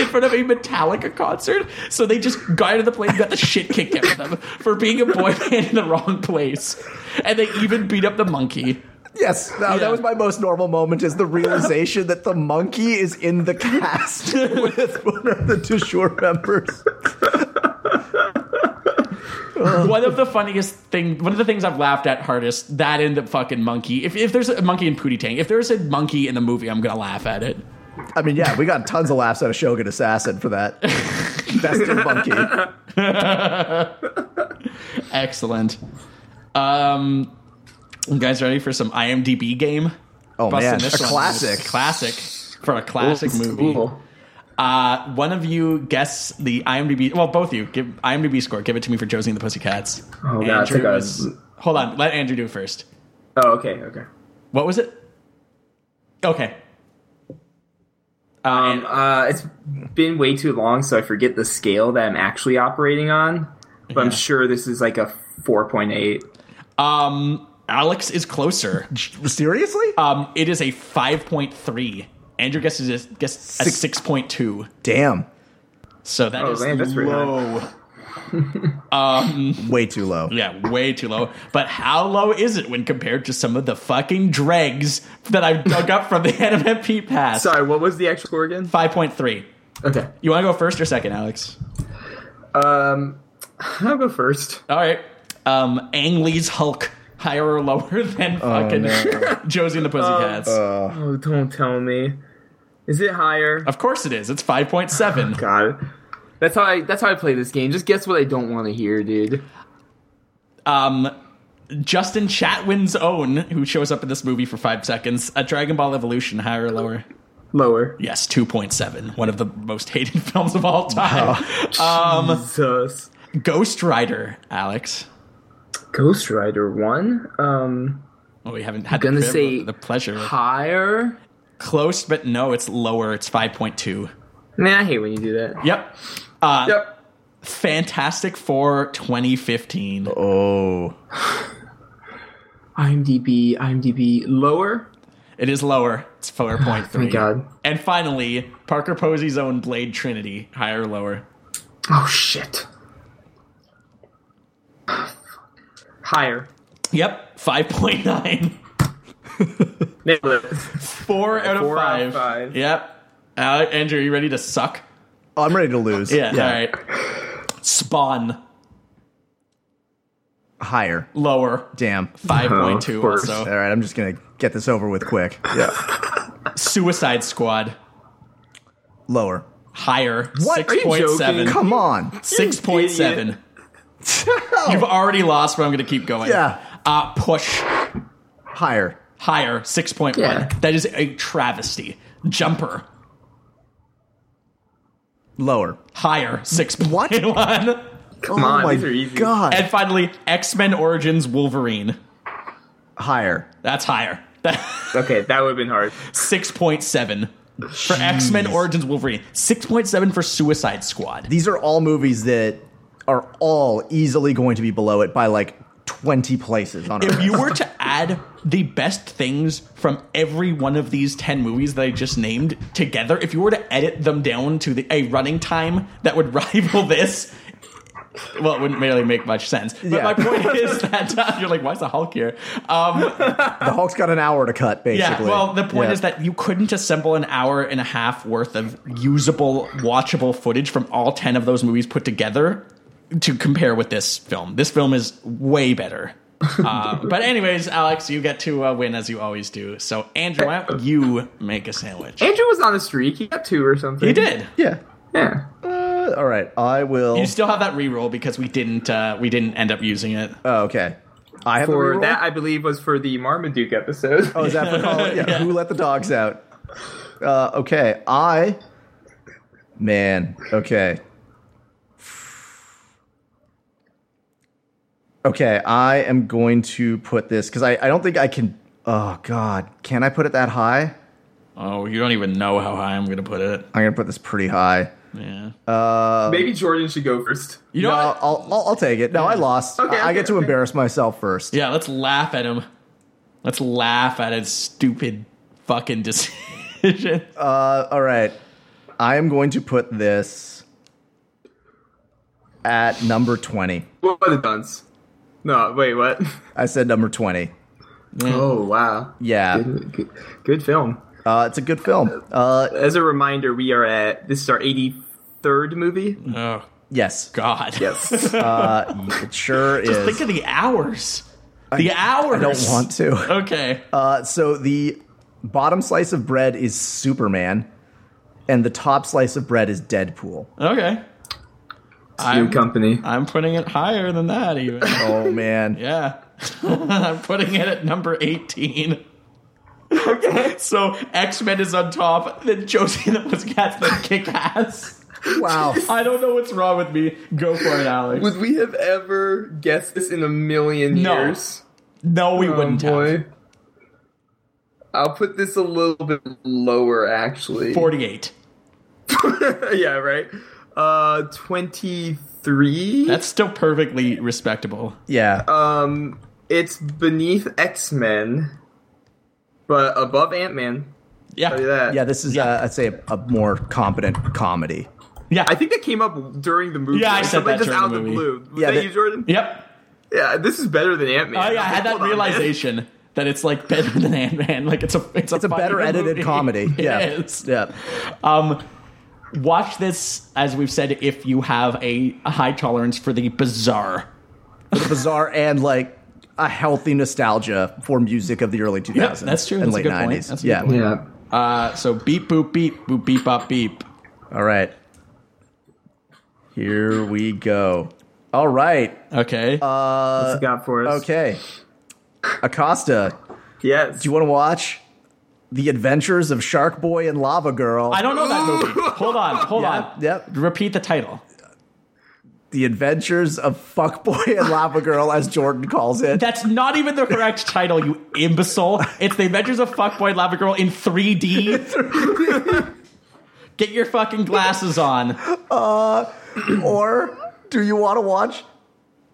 Speaker 4: front of a Metallica concert. So they just got into the plane, and got the shit kicked out of them for being a boy band in the wrong place, and they even beat up the monkey."
Speaker 5: Yes, that, that
Speaker 4: Yeah.
Speaker 5: was my most normal moment is the realization that the monkey is in the
Speaker 4: <laughs>
Speaker 5: cast with one of the Deshore members.
Speaker 4: one of the funniest thing, one of the things I've laughed at hardest, that and the fucking monkey. If, if there's a monkey in Pootie Tang, if there's a monkey in the movie, I'm gonna laugh at it.
Speaker 5: I mean, yeah, we got tons of laughs out of Shogun Assassin for
Speaker 4: <laughs>
Speaker 5: that. Best of monkey.
Speaker 4: Excellent. Um, you guys ready for some IMDb game?
Speaker 5: Oh
Speaker 4: Busting
Speaker 5: man, a
Speaker 4: this one.
Speaker 5: classic.
Speaker 4: classic for a classic movie.
Speaker 6: Cool.
Speaker 4: Uh, one of you guess the IMDb. Well, both of you give IMDb score. Give it to me for Josie and the Pussycats.
Speaker 6: Oh, God, I think I was-
Speaker 4: was- hold on. Let Andrew do it first.
Speaker 6: Oh, okay, okay.
Speaker 4: What was it? Okay. Uh,
Speaker 6: Um,
Speaker 4: and-
Speaker 6: uh, it's been way too long, so I forget the scale that I'm actually operating on. But I'm sure this is like a 4.8.
Speaker 4: um, Alex is closer.
Speaker 5: Seriously?
Speaker 4: Um, it is a five point three. Andrew guesses is guess a six point two.
Speaker 5: Damn,
Speaker 4: So that
Speaker 6: Oh,
Speaker 4: is
Speaker 6: man, that's pretty high.
Speaker 4: low.
Speaker 5: way too low.
Speaker 4: Yeah, way too low. But how low is it when compared to some of the fucking dregs that I've dug up from the <laughs> anime P pass?
Speaker 6: Sorry, what was the actual score again?
Speaker 4: Five point three.
Speaker 6: Okay.
Speaker 4: You want to go first or second, Alex?
Speaker 6: Um, I'll go first.
Speaker 4: All right. Um, Ang Lee's Hulk higher or lower <laughs> than fucking <laughs> Josie and the Pussycats?
Speaker 6: Oh, don't tell me. Is it higher?
Speaker 4: of course it is. It's five point seven.
Speaker 6: God. That's how I that's how I play this game. Just guess what I don't want to hear, dude.
Speaker 4: Um, Justin Chatwin's own, who shows up in this movie for five seconds, a Dragon Ball Evolution higher or lower?
Speaker 6: Lower.
Speaker 4: Yes, two point seven. One of the most hated <laughs> films of all time.
Speaker 6: Jesus.
Speaker 4: Ghost Rider, Alex.
Speaker 6: Ghost Rider 1? Um
Speaker 4: Well, we haven't had
Speaker 6: Gonna
Speaker 4: the, priv-
Speaker 6: say
Speaker 4: the pleasure. of-
Speaker 6: higher?
Speaker 4: Close, but no, it's lower. It's 5.2.
Speaker 6: Man, I hate when you do that.
Speaker 4: Yep. Uh,
Speaker 6: Yep.
Speaker 4: Fantastic Four 2015.
Speaker 5: Oh,
Speaker 6: IMDb, IMDb lower.
Speaker 4: It is lower. It's 4.3.
Speaker 6: <sighs> Thank God.
Speaker 4: And finally, Parker Posey's own Blade Trinity, higher or lower?
Speaker 6: Oh shit. Higher.
Speaker 4: Yep, 5.9.
Speaker 6: Nailed it.
Speaker 4: Four out of
Speaker 6: Four out
Speaker 4: five.
Speaker 6: of five.
Speaker 4: Yep. Uh, Andrew, you ready to suck?
Speaker 5: Oh, I'm ready to lose.
Speaker 4: Yeah, all right. Spawn,
Speaker 5: higher.
Speaker 4: lower,
Speaker 5: Damn.
Speaker 4: 5.2
Speaker 6: Uh-huh, Of course.
Speaker 5: All
Speaker 4: also.
Speaker 5: right, I'm just gonna get this over with quick. Yeah,
Speaker 4: Suicide Squad,
Speaker 5: lower.
Speaker 4: higher,
Speaker 5: What? Are
Speaker 6: you joking?
Speaker 4: 6.7.
Speaker 5: Come on.
Speaker 4: Six point seven.
Speaker 5: <laughs>
Speaker 4: You've already lost, but I'm going to keep going.
Speaker 5: Yeah.
Speaker 4: Uh, push
Speaker 5: Higher.
Speaker 4: higher. Six point one.
Speaker 6: Yeah.
Speaker 4: That is a travesty. Jumper
Speaker 5: Lower.
Speaker 4: higher. Six point
Speaker 5: <laughs>
Speaker 4: one.
Speaker 6: Come
Speaker 5: oh
Speaker 6: on,
Speaker 5: my
Speaker 6: these are easy.
Speaker 5: god.
Speaker 4: And finally, X Men Origins Wolverine.
Speaker 5: higher.
Speaker 4: That's higher.
Speaker 6: Okay, that would have been hard.
Speaker 4: <laughs> Six point seven for X Men Origins Wolverine. Six point seven for Suicide Squad.
Speaker 5: These are all movies that are all easily going to be below it by like 20 places on our
Speaker 4: If
Speaker 5: list.
Speaker 4: you were to add the best things from every one of these 10 movies that I just named together, if you were to edit them down to the, a running time that would <laughs> rival this, well, it wouldn't really make much sense. But
Speaker 5: Yeah.
Speaker 4: my point is that <laughs> uh, you're like, why is the Hulk here? Um,
Speaker 5: The Hulk's got an hour to cut,
Speaker 4: yeah,
Speaker 5: basically.
Speaker 4: well, the point
Speaker 5: Yeah.
Speaker 4: is that you couldn't assemble an hour and a half worth of usable, watchable footage from all 10 of those movies put together to compare with this film. This film is way better.
Speaker 5: <laughs>
Speaker 4: Uh, but, anyways, Alex, you get to uh, win as you always do. So, Andrew, why don't you make a sandwich?
Speaker 6: Andrew was on a streak. He got two or something.
Speaker 4: He did.
Speaker 5: Yeah.
Speaker 6: Yeah.
Speaker 5: Uh, all right, I will.
Speaker 4: You still have that reroll because we didn't uh, we didn't end up using it.
Speaker 5: oh, okay. I have a
Speaker 6: For
Speaker 5: reroll?
Speaker 6: that, I believe was for the Marmaduke episode.
Speaker 5: Oh, is that for Colin? Yeah. Who let the dogs out? Uh, okay, I. Man, okay. Okay, I am going to put this because I, I don't think I can. Oh, God. Can I put it that high?
Speaker 4: Oh, you don't even know how high I'm going to put it.
Speaker 5: I'm going to put this pretty high.
Speaker 4: Yeah.
Speaker 6: <laughs> Maybe Jordan should go first.
Speaker 4: you know
Speaker 5: no,
Speaker 4: what?
Speaker 5: I'll, I'll, I'll take it. No, I lost.
Speaker 6: Okay,
Speaker 5: I, I
Speaker 6: okay,
Speaker 5: get to
Speaker 6: okay.
Speaker 5: embarrass myself first.
Speaker 4: Yeah, let's laugh at him. Let's laugh at his stupid fucking decision.
Speaker 5: Uh, all right. I am going to put this at number 20.
Speaker 6: What are the guns? No, wait, what?
Speaker 5: I said number 20.
Speaker 6: <laughs> Oh wow!
Speaker 5: Yeah.
Speaker 6: Good, good, good film.
Speaker 5: Uh, it's a good film. Uh,
Speaker 6: As a reminder, we are at this is our eighty third movie.
Speaker 4: Oh
Speaker 5: yes.
Speaker 4: God. <laughs>
Speaker 6: Yes.
Speaker 5: Uh, it sure is.
Speaker 4: Think of the hours. The hours.
Speaker 5: I don't
Speaker 4: <laughs>
Speaker 5: want to.
Speaker 4: Okay.
Speaker 5: Uh, so the bottom slice of bread is Superman, and the top slice of bread is Deadpool.
Speaker 4: okay.
Speaker 6: New company.
Speaker 4: I'm putting it higher than that even. <laughs>
Speaker 5: Oh man.
Speaker 4: Yeah. <laughs> I'm putting it at number 18. <laughs> Okay. So X Men is on top, then Josie and the Pussycats, then Kick Ass. <laughs>
Speaker 5: Wow.
Speaker 4: I don't know what's wrong with me. Go for it, Alex.
Speaker 6: Would we have ever guessed this in a million
Speaker 4: No.
Speaker 6: years?
Speaker 4: no, we wouldn't
Speaker 6: oh, boy.
Speaker 4: have.
Speaker 6: I'll put this a little bit lower, actually.
Speaker 4: 48.
Speaker 6: <laughs> yeah, right. Uh, twenty-three.
Speaker 4: That's still perfectly respectable.
Speaker 5: Yeah.
Speaker 6: um, it's beneath X Men, but above Ant Man. Tell you
Speaker 4: Yeah.
Speaker 6: that.
Speaker 5: yeah. This is, uh, I'd say, a, a more competent comedy.
Speaker 4: Yeah.
Speaker 6: I think that came up during the movie.
Speaker 4: Yeah, I
Speaker 6: Like,
Speaker 4: said
Speaker 6: somebody
Speaker 4: that
Speaker 6: just
Speaker 4: during
Speaker 6: out
Speaker 4: the
Speaker 6: of the
Speaker 4: movie.
Speaker 6: blue. Was
Speaker 5: Yeah,
Speaker 6: that
Speaker 5: that-
Speaker 6: you, Jordan?
Speaker 4: Yep.
Speaker 6: Yeah, this is better than Ant Man.
Speaker 4: Oh, yeah, I had that realization that it's like better than Ant Man. Like it's a it's a,
Speaker 5: It's a better
Speaker 4: funnier
Speaker 5: edited
Speaker 4: movie.
Speaker 5: comedy.
Speaker 4: <laughs> It
Speaker 5: Yeah.
Speaker 4: is.
Speaker 5: Yeah.
Speaker 4: Um, watch this as we've said if you have a, a high tolerance for the bizarre.
Speaker 5: It's bizarre and like a healthy nostalgia for music of the early 2000s.
Speaker 4: that's true.
Speaker 5: And
Speaker 4: That's a
Speaker 5: late
Speaker 4: good point.
Speaker 5: 90s.
Speaker 4: That's a good
Speaker 5: yeah.
Speaker 4: point.
Speaker 6: <laughs> Yeah.
Speaker 4: Uh, so beep boop beep boop beep up beep.
Speaker 5: All right. Here we go. All right.
Speaker 4: Okay.
Speaker 5: Uh,
Speaker 4: Uh,
Speaker 6: What's it got for us?
Speaker 5: Okay. Acosta,
Speaker 6: Yes.
Speaker 5: do you want to watch The Adventures of Shark Boy and Lava Girl?
Speaker 4: I don't know that
Speaker 5: <laughs>
Speaker 4: movie. Hold on. Hold on.
Speaker 5: Yep.
Speaker 4: Repeat the title.
Speaker 5: The Adventures of Fuckboy and Lava Girl, as Jordan calls it.
Speaker 4: That's not even the correct title, you imbecile. It's The Adventures of Fuckboy Lava Girl in 3D. Get your fucking glasses on.
Speaker 5: or do you want to watch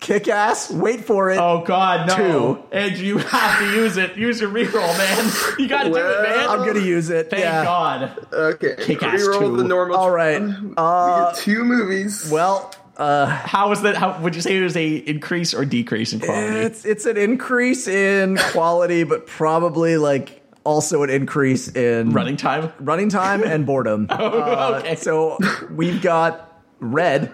Speaker 5: Kick Ass? Wait for it.
Speaker 4: Oh god, no.
Speaker 5: Two.
Speaker 4: And you have to use it. Use your reroll, man. You gotta do it, man.
Speaker 5: I'm going to use it.
Speaker 4: Thank
Speaker 5: yeah.
Speaker 4: God.
Speaker 6: Okay.
Speaker 4: Kick-Ass
Speaker 6: Reroll
Speaker 4: 2.
Speaker 6: the normal.
Speaker 5: All right.
Speaker 6: We
Speaker 5: Uh,
Speaker 6: get two movies.
Speaker 5: well,
Speaker 4: How is that? How would you say it was a increase or decrease in quality?
Speaker 5: It's it's an increase in quality, but probably like also an increase in
Speaker 4: Running time.
Speaker 5: running
Speaker 4: <laughs>
Speaker 5: time and boredom. Uh,
Speaker 4: Oh, okay.
Speaker 5: So we've got Red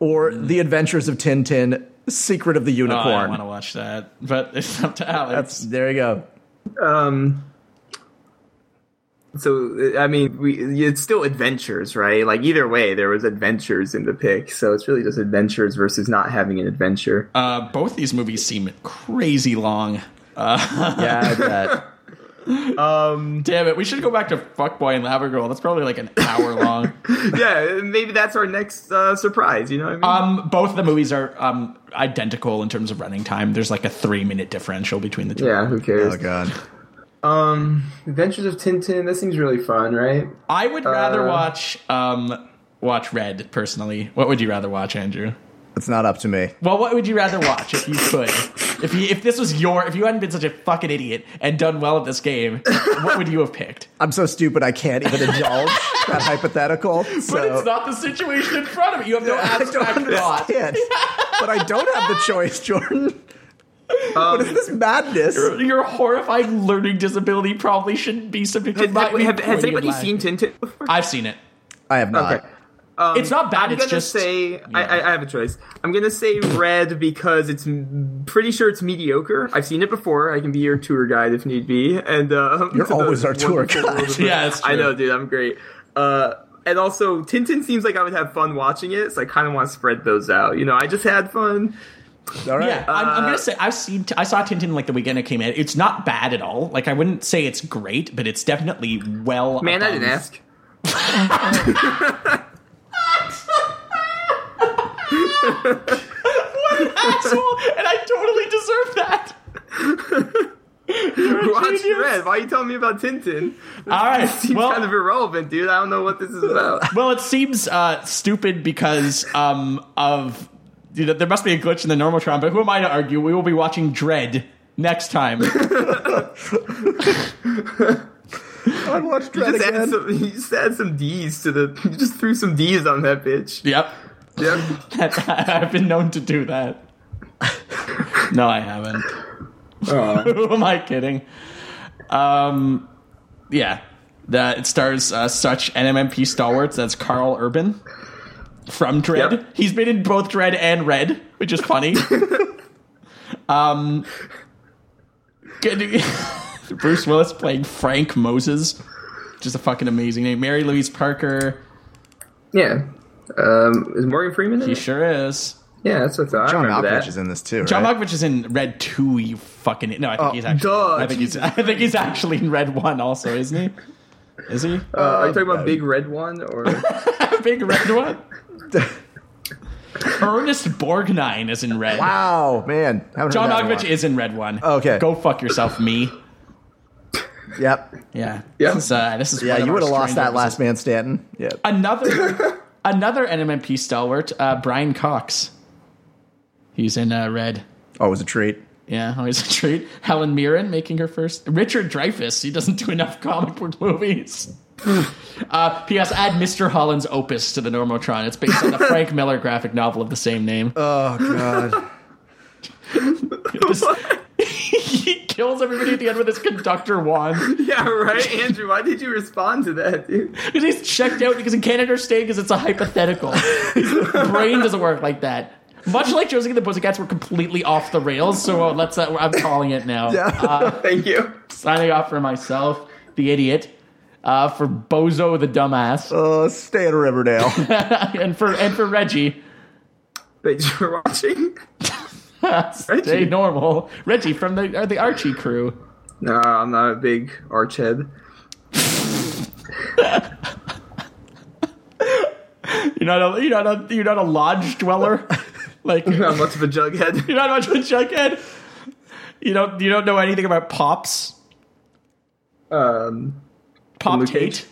Speaker 5: or The Adventures of Tintin, Secret of the
Speaker 4: Oh, I
Speaker 5: Unicorn.
Speaker 4: want to watch that, but it's up to
Speaker 5: That's
Speaker 4: Alex.
Speaker 5: there you go.
Speaker 6: Um. So I mean, we it's still adventures, right? Like either way, there was adventures in the pick, so it's really just adventures versus not having an adventure.
Speaker 4: Uh, both these movies seem crazy long.
Speaker 5: Yeah, <laughs> I bet.
Speaker 4: Damn it, we should go back to Fuckboy and Lava Girl. That's probably like an hour long.
Speaker 6: <laughs> yeah, maybe that's our next uh, surprise. You know what I mean?
Speaker 4: um, both the movies are um identical in terms of running time. There's like a three minute differential between the two.
Speaker 6: yeah, who cares?
Speaker 5: oh god.
Speaker 6: Um, Adventures of Tintin. That seems really fun, right?
Speaker 4: I would rather
Speaker 6: Uh,
Speaker 4: watch um watch Red personally. What would you rather watch, Andrew?
Speaker 5: It's not up to me.
Speaker 4: Well, what would you rather watch if you could? if you, if this was your if you hadn't been such a fucking idiot and done well at this game, what would you have
Speaker 6: <laughs>
Speaker 4: picked?
Speaker 6: Uh,
Speaker 5: I'm so stupid I can't even indulge
Speaker 4: <laughs>
Speaker 5: that hypothetical. So
Speaker 4: But it's not the situation in front of it. You
Speaker 6: <laughs>
Speaker 4: have no
Speaker 5: <laughs> I
Speaker 4: abstract
Speaker 5: don't
Speaker 4: thought.
Speaker 5: understand. but I don't have the choice, Jordan. <laughs> what
Speaker 4: Um,
Speaker 5: is this madness?
Speaker 4: Your horrified learning disability probably shouldn't be subject to
Speaker 6: Have-
Speaker 4: my.
Speaker 6: have- has anybody seen Tintin?
Speaker 4: I've seen it.
Speaker 5: I have not.
Speaker 6: Um,
Speaker 4: It's not bad,
Speaker 6: I'm
Speaker 4: it's
Speaker 6: gonna
Speaker 4: just-
Speaker 6: say I, I, I have a choice. I'm gonna say red because it's m- pretty sure it's mediocre. I've seen it before. I can be your tour guide if need be. And uh, <laughs>
Speaker 5: You're
Speaker 6: to the
Speaker 5: always our tour
Speaker 6: wonderful
Speaker 5: guide.
Speaker 6: world of-
Speaker 4: <laughs> Yeah, that's
Speaker 6: I
Speaker 4: true.
Speaker 6: know, dude. I'm great. Uh, and also, Tintin seems like I would have fun watching it, so I kind of want to spread those out. You know, I just had fun.
Speaker 5: All right.
Speaker 4: Yeah, I'm, I'm
Speaker 6: Uh,
Speaker 4: gonna say I've seen I saw Tintin like the weekend it came out. It's not bad at all. Like I wouldn't say it's great, but it's definitely well.
Speaker 6: Man, I
Speaker 4: above-
Speaker 6: didn't ask. <laughs>
Speaker 4: asshole, and I totally deserve that.
Speaker 6: <laughs>
Speaker 4: You're a
Speaker 6: Watch
Speaker 4: genius.
Speaker 6: red. Why are you telling me about Tintin?
Speaker 4: All right.
Speaker 6: Seems
Speaker 4: Well,
Speaker 6: kind of irrelevant, dude. I don't know what this is
Speaker 5: <laughs>
Speaker 6: about.
Speaker 4: well, it seems uh, stupid because um, of you know there must be a glitch in the normal tron. But who am I to argue? We will be watching Dread next
Speaker 6: <laughs>
Speaker 4: time.
Speaker 5: I watched Dread
Speaker 6: Just
Speaker 5: again.
Speaker 6: add some, <laughs> you just add some D's to the. You just threw some D's on
Speaker 4: <laughs>
Speaker 6: that bitch.
Speaker 4: yep,
Speaker 6: Yep.
Speaker 4: <laughs> I've been known to do that. No, I haven't. <laughs> Who am I kidding? Um, yeah, that it stars uh, such NMMP stalwarts. That's Carl Urban from Dread.
Speaker 6: Yep.
Speaker 4: He's been in both Dread and Red, which is funny. um, good- <laughs> Bruce Willis playing Frank Moses, just a fucking amazing name. Mary Louise Parker,
Speaker 6: Yeah. Um, is Morgan Freeman in
Speaker 4: he
Speaker 6: it?
Speaker 4: sure is.
Speaker 6: Yeah, that's what I thought. I
Speaker 5: John
Speaker 6: remember
Speaker 5: Malkovich
Speaker 6: that.
Speaker 5: is in this too.
Speaker 4: John
Speaker 5: right?
Speaker 4: Malkovich is in Red Two. You fucking no! I think
Speaker 5: Oh,
Speaker 4: he's actually.
Speaker 6: duh,
Speaker 4: I think he's. I think he's actually in Red One. Also, isn't he? Is he
Speaker 6: Uh, are you talking about Big Red One or?
Speaker 4: a <laughs> big red one? Ernest Borgnine is in Red.
Speaker 5: Wow, man. Haven't
Speaker 4: John
Speaker 5: heard that in a
Speaker 4: Malkovich
Speaker 5: while.
Speaker 4: is in Red One.
Speaker 5: Okay.
Speaker 4: go fuck yourself, me.
Speaker 5: Yep.
Speaker 4: Yeah.
Speaker 6: Yeah.
Speaker 4: This is, uh, this is
Speaker 5: Yeah,
Speaker 4: one of
Speaker 5: you
Speaker 4: our
Speaker 5: would have lost
Speaker 4: strange
Speaker 5: that last man Stanton. Yeah.
Speaker 4: episodes. Another another NMMP stalwart, uh, Brian Cox. He's in uh, Red.
Speaker 5: Always Oh, a treat.
Speaker 4: Yeah, always a treat. Helen Mirren making her first. Richard Dreyfuss. He doesn't do enough comic book movies. uh, P.S. Add Mr. Holland's opus to the Normotron. It's based on the Frank Miller graphic novel of the same name. <laughs>
Speaker 5: Oh god.
Speaker 4: he kills everybody at the end with his conductor wand
Speaker 6: <laughs> yeah, <laughs> right, Andrew. Why did you respond to that, dude?
Speaker 4: because he's checked out because he can't understand because it's a hypothetical. His brain doesn't work like that. Much like Josie and the Pussycats were completely off the rails, so let's. Uh, I'm calling it now.
Speaker 6: <laughs>
Speaker 5: <laughs>
Speaker 6: Thank you.
Speaker 4: signing off for myself, the idiot, uh, for Bozo the dumbass,
Speaker 5: uh, stay at <laughs> Riverdale.
Speaker 4: <laughs> and for and for Reggie.
Speaker 6: Thanks for
Speaker 4: <laughs>
Speaker 6: watching.
Speaker 4: Stay normal, Reggie from the uh, the Archie crew.
Speaker 6: No, I'm not a big arch head. <laughs>
Speaker 4: You're not a you're not a you're not a lodge dweller, like you're
Speaker 6: Not much of
Speaker 4: <laughs>
Speaker 6: a jughead.
Speaker 4: not much of a junkhead. You don't you don't know anything about pops.
Speaker 6: Um,
Speaker 4: Pop
Speaker 6: Luke
Speaker 4: Tate.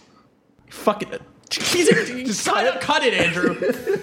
Speaker 4: Fuck it. He's a, cut, it- cut it, Andrew.